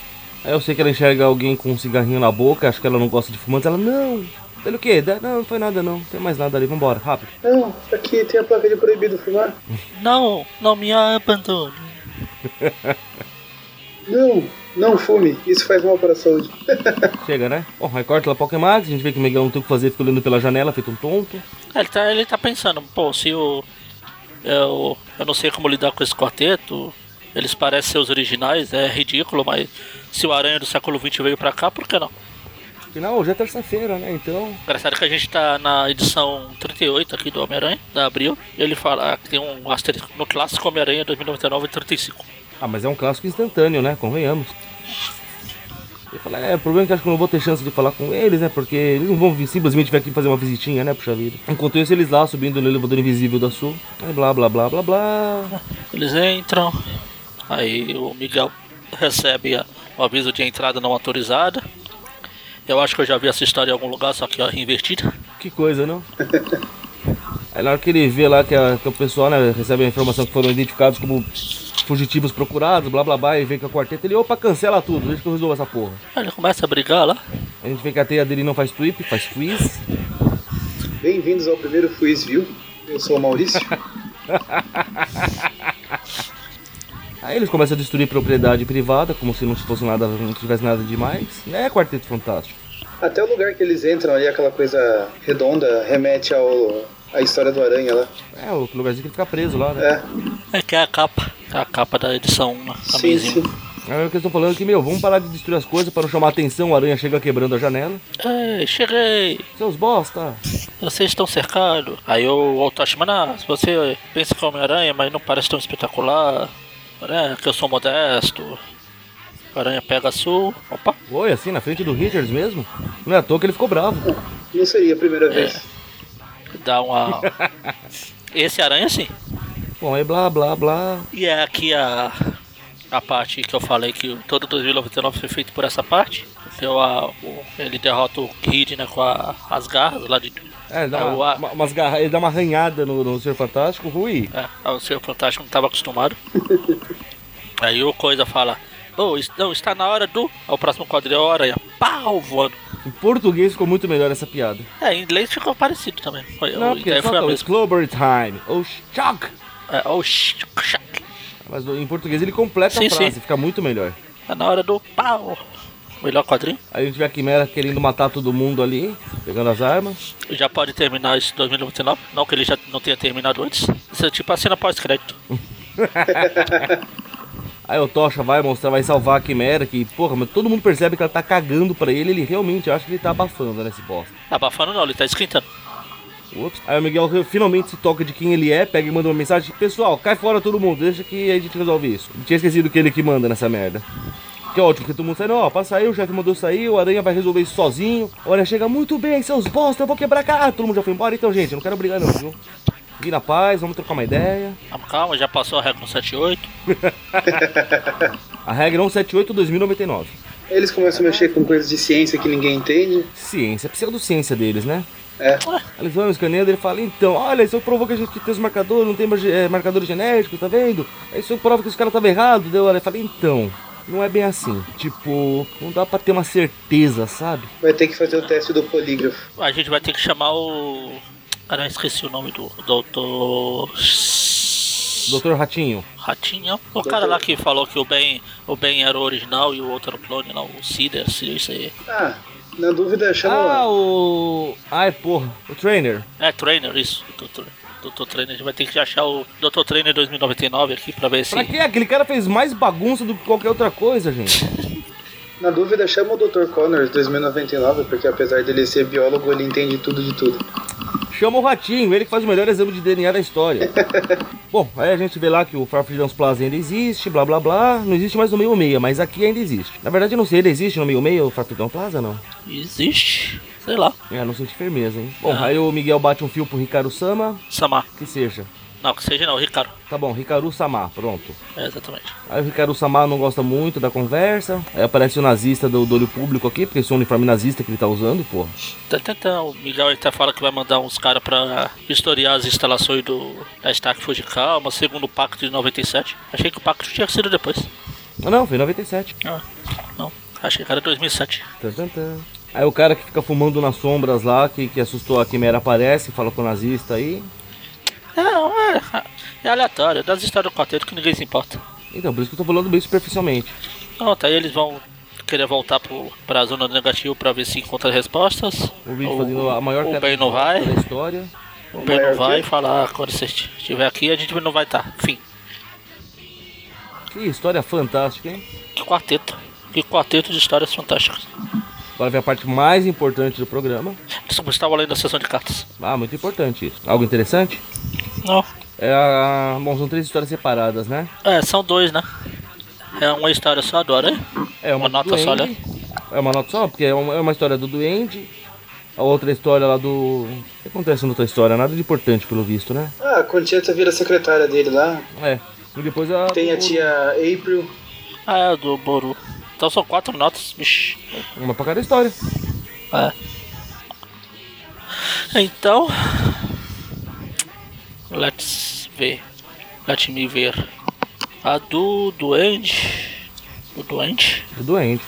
Aí eu sei que ela enxerga alguém com um cigarrinho na boca, acho que ela não gosta de fumantes, ela, não. Ele o quê? Da- Não, não foi nada não, não tem mais nada ali, vambora, rápido.
Não, aqui tem a placa de proibido fumar.
Não, não me abandone.
Não, não fume, isso faz mal para a saúde.
Chega, né? Bom, aí corta lá Pokémax, a gente vê que o Miguel não tem o que fazer, fica olhando pela janela, feito um tonto.
Ele tá, ele tá pensando, pô, se eu, eu. Eu não sei como lidar com esse quarteto. Eles parecem ser os originais, é ridículo, mas se o Aranha do século XX veio pra cá, por que não?
Afinal, hoje é terça-feira, né? Então.
Engraçado que a gente tá na edição 38 aqui do Homem-Aranha, da Abril, e ele fala ah, que tem um asterisco no clássico Homem-Aranha 2099 e 35.
Ah, mas é um clássico instantâneo, né? Convenhamos. Ele fala, é, o problema é que acho que eu não vou ter chance de falar com eles, né? Porque eles não vão vir, simplesmente vir aqui fazer uma visitinha, né? Puxa vida. Enquanto isso, eles lá subindo no elevador invisível da Sul. Aí blá blá blá blá blá.
Eles entram, aí o Miguel recebe a- o aviso de entrada não autorizada. Eu acho que eu já vi essa história em algum lugar, só que ó, invertida.
Que coisa, não? Aí na hora que ele vê lá que, a- que o pessoal, né, recebe a informação que foram identificados como fugitivos procurados, blá blá blá, e vem com a quarteta, ele, opa, cancela tudo, deixa que eu resolvo essa porra.
Aí ele começa a brigar lá.
A gente vê que a teia dele não faz tweep, faz twist.
Bem-vindos ao primeiro Fuiz View. Eu sou o Maurício.
Aí eles começam a destruir propriedade privada, como se não fosse nada, não tivesse nada demais. É Quarteto Fantástico.
Até o lugar que eles entram ali, aquela coisa redonda, remete ao a história do aranha lá.
É, o lugarzinho que ele fica preso lá, né?
É,
É que é a capa. É a capa da edição 1, né?
sim, sim.
Aí o que eles estão falando é que, meu, vamos parar de destruir as coisas para não chamar atenção, o aranha chega quebrando a janela.
Ei, cheguei!
Seus bosta!
Vocês estão cercados. Aí o Altashimana, "Ah, se você pensa que é Homem-Aranha, mas não parece tão espetacular. Né? Que eu sou modesto. Aranha pega a sul. Opa!
Foi assim, na frente do Richards mesmo? Não é à toa que ele ficou bravo.
Não seria a primeira vez.
Dá
*laughs*
uma. Esse aranha sim.
Bom, aí blá blá blá.
E é aqui a, a parte que eu falei que o- todo 2099 foi feito por essa parte. Então a, o- ele derrota o Kid né, com a- as garras lá de.
É, ele dá,
Ah, o
uma,
a-
uma- umas garra... ele dá uma arranhada no, no Senhor Fantástico, Rui.
É, o seu fantástico não estava
*laughs*
acostumado. Aí o Coisa fala: Ô, isso- não, está na hora do. Ao próximo quadril, a hora. E é pau voando.
Em português ficou muito melhor essa piada.
É, em inglês ficou parecido também. Foi,
Não,
o-
porque
daí
é
então foi a
só o
mesma.
Clover Time. Oh, shock!
É, oh, sh- sh-
Mas no- em português ele completa a
Sim,
frase,
sim.
fica muito melhor.
Está Tá na hora do pau. Melhor quadrinho.
Aí a gente vê a Quimera querendo matar todo mundo ali, pegando as armas.
Já pode terminar esse 2099. Não que ele já não tenha terminado antes. Isso é tipo a cena pós-crédito.
Aí o Tocha vai mostrar, vai salvar a Quimera, que, porra, mas todo mundo percebe que ela tá cagando pra ele, ele realmente acha que ele tá abafando nesse bosta.
Abafando não, ele tá esquentando.
Ups. Aí o Miguel re- finalmente se toca de quem ele é, pega e manda uma mensagem, pessoal, cai fora todo mundo, deixa que a gente resolve isso. Eu tinha esquecido que ele que manda nessa merda. Que é ótimo, porque todo mundo sai, não, ó, passa aí, o chefe mandou sair, o Aranha vai resolver isso sozinho. Olha, chega muito bem, seus bosta, eu vou quebrar a cara. Ah, todo mundo já foi embora, então, gente, eu não quero brigar não, viu? Vim na paz, vamos trocar uma ideia.
Calma, Calma, já passou a regra 78.
A regra é 178-2099.
Eles começam a mexer com coisas de ciência que ninguém entende.
Ciência, pseudociência deles, né?
É.
Eles vão escaneando, ele fala, então, olha, isso provou que a gente tem os marcadores, não tem mais, eh, marcadores genéticos, tá vendo? Isso prova que os caras estavam errados, deu, olha, ele fala, então, não é bem assim. Tipo, não dá pra ter uma certeza, sabe?
Vai ter que fazer o teste do polígrafo.
A gente vai ter que chamar o. Cara, eu esqueci o nome do. Doutor.
Doutor Ratinho,
Ratinho. O cara lá que falou que o Ben, o ben era o original e o outro era o clone lá, o Cider, isso aí.
Ah, na dúvida,
Ah,
chama
o. Ai, porra. O trainer.
É, Trainer, isso. Doutor, doutor Trainer. A gente vai ter que achar o Doutor Trainer 2099 aqui pra ver se.
Pra que? Aquele cara fez mais bagunça do que qualquer outra coisa, gente.
Na dúvida, chama o Dr. Connors 2099, porque apesar dele ser biólogo, ele entende tudo de tudo.
Chama o Ratinho, ele que faz o melhor exame de DNA da história. Bom, aí a gente vê lá que o Farfridans Plaza ainda existe, blá blá blá. Não existe mais no meio meia, mas aqui ainda existe. Na verdade, eu não sei, ele existe no meio meia, o Farfridans Plaza, não?
Existe. Sei lá.
É, não senti firmeza, hein? Bom,
Ah.
aí o Miguel bate um fio pro Ricardo Sama,
Samar.
que seja.
Não, que seja não, Ricardo.
Tá bom, Ricardo Samar, pronto.
É, exatamente.
Aí o Ricardo Samar não gosta muito da conversa. Aí aparece o nazista do, do olho público aqui, porque esse é o uniforme nazista que ele tá usando, porra.
Tá tentando. O Miguel até fala que vai mandar uns caras pra historiar as instalações do, da Stark Fujikama, segundo o pacto de 97. Achei que o pacto tinha sido depois.
Ah, não, foi em 97.
Ah, não. Achei que era 2007.
Tan, tan, tan. Aí o cara que fica fumando nas sombras lá, que, que assustou a quimera, aparece, fala com o nazista aí.
Não, é, é aleatório, das histórias do quarteto que ninguém se importa.
Então, por isso que eu tô falando bem superficialmente.
Pronto, aí eles vão querer voltar pro, pra zona do negativo pra ver se encontra respostas.
O vídeo fazendo a maior
O
cara
Ben não vai,
da história.
o Ben não
maior
vai
quê?
falar, "Ah, quando você estiver aqui a gente não vai estar. Fim.
Que história fantástica, hein?
Que quarteto. Que quarteto de histórias fantásticas.
Agora vem a parte mais importante do programa.
Isso estava além tá da sessão de cartas.
Ah, muito importante isso. Algo interessante?
Não.
É a... Bom, são três histórias separadas, né?
É, são dois, né? É uma história só agora, hein?
É
Uma nota só, né?
É uma nota só, porque é uma, é uma história do Duende. A outra história lá do... O que acontece na outra história? Nada de importante, pelo visto, né?
Ah, a Concheta vira secretária dele lá.
É. E depois a...
Tem a tia April.
Ah, é a do Boru. Então são quatro notas, vixi.
Uma pra cada história.
É. Então. Let's ver. Let me ver. A do Duende. Do Duende.
Do Duende.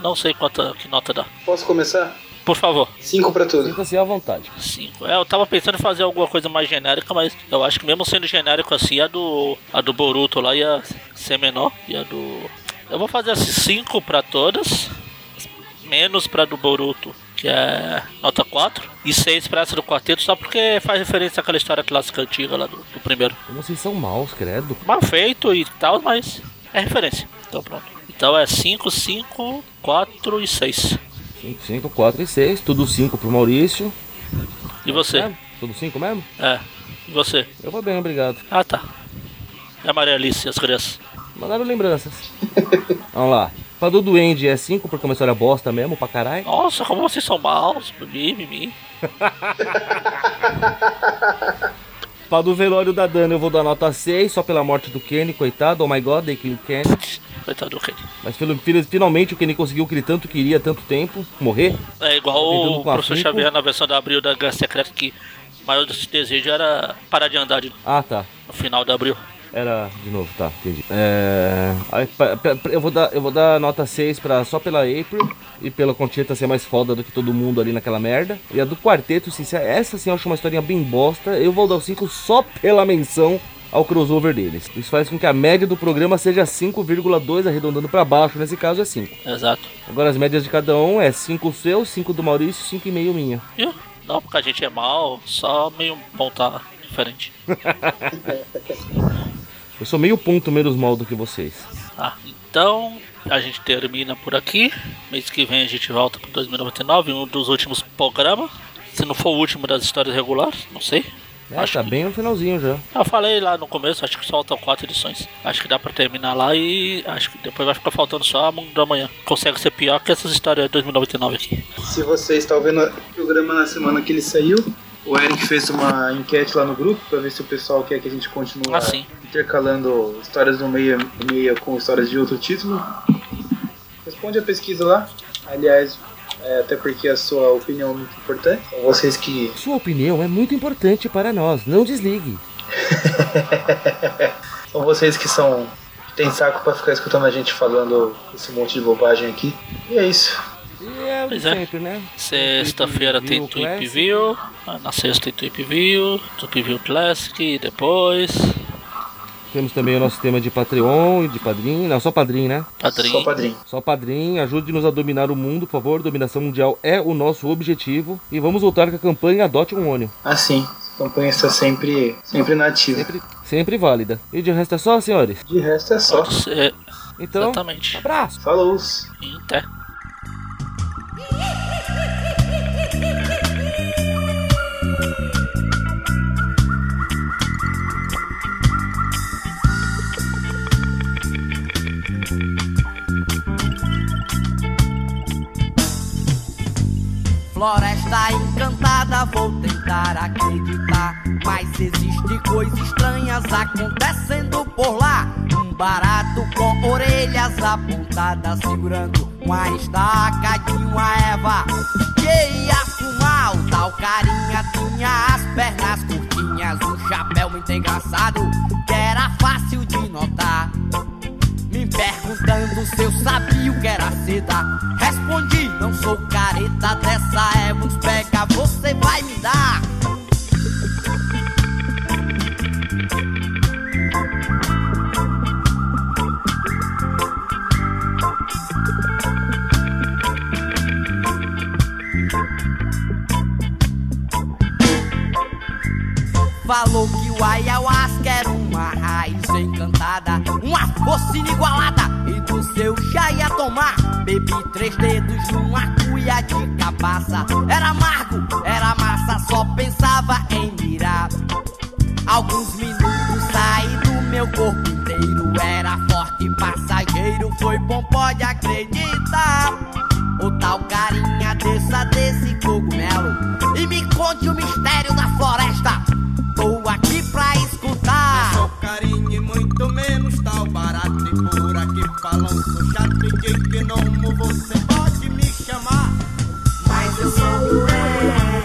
Não sei quanta que nota dá.
Posso começar?
Por favor.
Cinco pra tudo.
Sinta-se à vontade.
Cinco. É, eu tava pensando em fazer alguma coisa mais genérica, mas eu acho que mesmo sendo genérico assim, a do. A do Boruto lá ia ser menor. E a do. Eu vou fazer assim, cinco pra todas. Menos pra do Boruto, que é nota 4. E seis pra essa do quarteto, só porque faz referência àquela história clássica antiga lá do, do primeiro.
Como Vocês são maus, credo.
Mal feito e tal, mas é referência. Então pronto. Então é 5, 5, 4 e 6.
5, 5, 4 e 6. Tudo 5 pro Maurício.
E você?
Mesmo? Tudo 5 mesmo?
É. E você?
Eu vou bem, obrigado.
Ah tá. É a Maria Alice e as crianças.
Mandaram lembranças. *laughs* Vamos lá. Pra do Duende é 5, porque é uma história bosta mesmo, pra caralho.
Nossa, como vocês são maus, mimimi.
Pra do velório da Dana eu vou dar nota 6, só pela morte do Kenny, coitado. Oh my god, they killed Kenny.
Coitado do rei.
Mas pelo- fil- finalmente o Kenny conseguiu o que ele tanto queria há tanto tempo. Morrer.
É igual
Brigando
o
Tá com a
professor
Pico.
Xavier na versão da Abril da Guerra Secreta que o maior dos desejos era parar de andar de-
Ah, tá.
no final da Abril.
Era de novo, tá, entendi. É, aí, pa- pa- pa- eu, vou dar, eu vou dar nota 6 pra, só pela April e pela Concheta ser mais foda do que todo mundo ali naquela merda. E a do quarteto, sim, se- essa sim eu acho uma historinha bem bosta. Eu vou dar o 5 só pela menção ao crossover deles. Isso faz com que a média do programa seja 5,2 arredondando pra baixo, nesse caso é 5.
Exato.
Agora as médias de cada um é 5 seu, 5 do Maurício, 5,5 minha.
Viu? Não porque a gente é mal, só meio bom tá diferente.
Eu sou meio ponto menos mal do que vocês.
Tá, então a gente termina por aqui. Mês que vem a gente volta para 2099, um dos últimos programas. Se não for o último das histórias regulares, não sei.
É, tá bem no finalzinho já.
Eu falei lá no começo, acho que só faltam quatro edições. Acho que dá pra terminar lá e acho que depois vai ficar faltando só a Mundo da Manhã. Consegue ser pior que essas histórias de 2099 aqui.
Se você está ouvindo o programa na semana que ele saiu, o Eric fez uma enquete lá no grupo pra ver se o pessoal quer que a gente continue
Ah, sim.
intercalando histórias do meia, meia com histórias de outro título. Responde a pesquisa lá. Aliás, É, até porque a sua opinião é muito importante. São vocês que.
Sua opinião é muito importante para nós, não desligue.
São vocês que são. que tem saco pra ficar escutando a gente falando esse monte de bobagem aqui. E é isso.
E é o de
Pois é.
sempre, né?
Sexta-feira tem
View
Tweep
Classic.
View, ah, na sexta tem Tweep View, Tweep View Classic, depois,
Temos também o nosso tema de Patreon e de padrinho. Não, só padrinho, né?
Só
Padrinho.
padrinho.
Só padrinho, ajude-nos a dominar o mundo, por favor. Dominação mundial é o nosso objetivo. E vamos voltar com a campanha Adote um Ônio.
Ah, sim. A campanha está sempre, sempre nativa.
Sempre, sempre válida. E de resto é só, senhores.
De resto é só.
Pode ser,
Então,
exatamente.
abraço!
Falou!
E até.
Floresta encantada, vou tentar acreditar. Mas existe coisas estranhas acontecendo por lá. Um barato com orelhas apontadas, segurando uma estaca de uma erva. Que ia fumar, o tal carinha tinha as pernas curtinhas, um chapéu muito engraçado, que era fácil de notar. Me perguntando se eu sabia o que era seda Respondi, não sou careta dessa é uns pega, você vai me dar Falou que o ayahuasca era uma raiz encantada, uma força inigualada, e do seu chá ia tomar. Bebi três dedos numa cuia de cabaça. Era amargo, era massa, só pensava em virar. Alguns minutos saí do meu corpo inteiro. Era forte, passageiro, foi bom, pode acreditar. O tal carinha desça desse cogumelo e me conte o mistério da floresta. Tô aqui pra escutar.
Sou carinho e muito menos tal barato e por aqui falam sou chato e de que não você pode me chamar
Mas eu sou um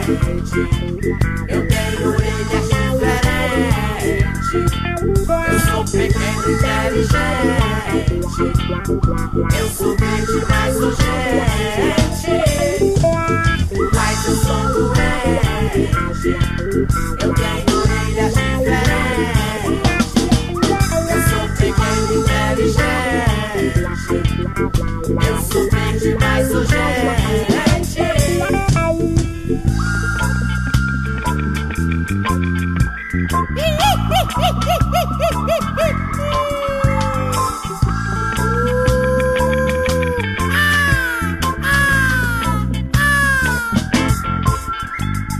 doente. Eu tenho orelhas diferentes. Eu sou pequeno e inteligente. Eu sou mente, mas sou gente. Mas eu sou doente. Eu tenho orelhas diferentes. Eu sou pequeno e inteligente. Eu sou mente, mas sou gente.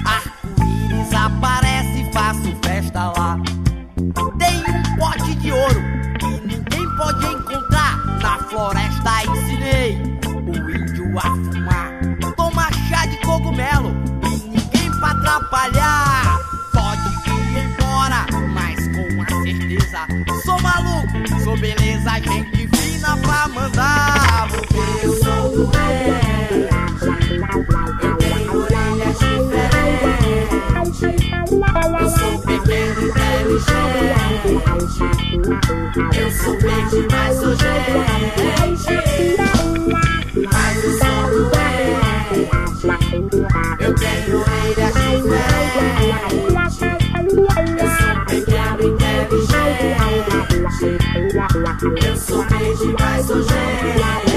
Arco-íris aparece, faço festa lá. Tem um pote de ouro que ninguém pode encontrar. Na floresta ensinei o índio a fumar. Toma chá de cogumelo e ninguém pra atrapalhar. Pode ir embora, mas com a certeza. Sou maluco, sou beleza, gente fina pra mandar. Porque eu sou doente. Eu tenho orelhas diferentes. Eu sou pequeno e inteligente. Eu sou grande, mas sou gente. Mas eu sou doente. Eu tenho orelhas diferentes. Eu sou pequeno e inteligente. Eu sou grande, mas sou gente.